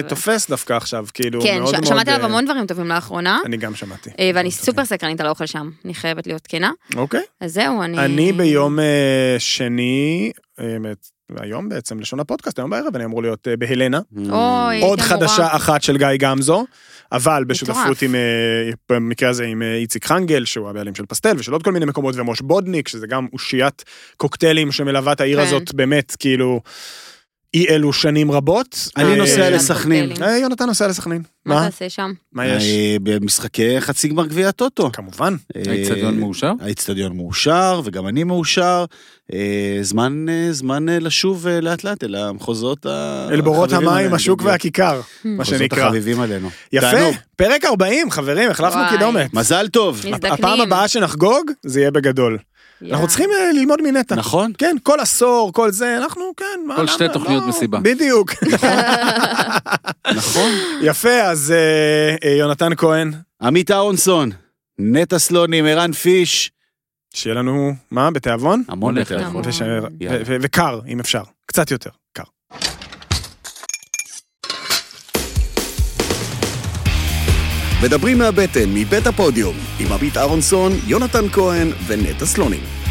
C: שתופס דווקא עכשיו, כאילו, מאוד
A: כן,
C: מאוד...
A: ש- שמעתי עליו
C: אה,
A: המון דברים טובים לאחרונה,
C: אני גם שמעתי.
A: אה, ואני סופר סקרנית על האוכל שם, אני חייבת להיות כנה.
C: אוקיי.
A: אז זהו, אני...
C: אני ביום אה, שני, אה, באמת, היום בעצם, לשון הפודקאסט, היום בערב אני אמור להיות אה, בהלנה.
A: אוי,
B: כן.
C: עוד
A: הייתי אמורה.
C: חדשה אחת של גיא גמזו, אבל בשותפות
A: מטורף.
C: עם, אה, במקרה הזה עם אה, איציק חנגל, שהוא הבעלים של פסטל ושל עוד כל מיני מקומות, ומוש בודניק, שזה גם אושיית קוקטיילים שמלווה את העיר
A: כן.
C: הזאת באמת, כאילו, אי אלו שנים רבות.
B: אני
C: אה,
B: נוסע
C: אה,
B: לסכנין.
C: אה, יונתן נוסע לסכנין.
A: מה
C: מה?
A: תעשה שם?
C: מה יש?
B: אה, במשחקי חצי גמר גביע הטוטו.
C: כמובן.
D: האיצטדיון
B: אה,
D: מאושר?
B: האיצטדיון מאושר, וגם אני מאושר. אה, זמן, אה, זמן אה, לשוב אה, לאט לאט אל המחוזות ה-
C: אל בורות
B: החביבים
C: המים,
B: עלינו,
C: השוק
B: בדיוק.
C: והכיכר,
A: Hmm.
C: מה
B: המחוזות
C: שנקרא.
B: החביבים עלינו. תענוג.
C: יפה, פרק 40, חברים, החלפנו
A: וואי.
C: קידומת.
B: מזל טוב.
A: מזדקנים.
C: הפעם הבאה שנחגוג, זה יהיה בגדול. אנחנו
A: יאללה.
C: צריכים אה, ללמוד מנטע.
B: נכון.
C: כן, כל עשור, כל זה, אנחנו, כן, מה,
D: כל שתי
C: למה,
D: תוכניות
C: לא,
D: מסיבה.
C: בדיוק.
B: נכון.
C: יפה, אז אה, אה, יונתן כהן,
B: עמית אהרונסון, נטע סלונים, ערן פיש,
C: שיהיה לנו, מה, בתיאבון?
B: המון
D: הולך
B: יותר.
A: גם.
C: וש- ו-
D: יאללה.
C: ו- וקר, אם אפשר, קצת יותר קר.
E: מדברים מהבטן, מבית הפודיום, עם עמית אהרונסון, יונתן כהן ונטע סלונים.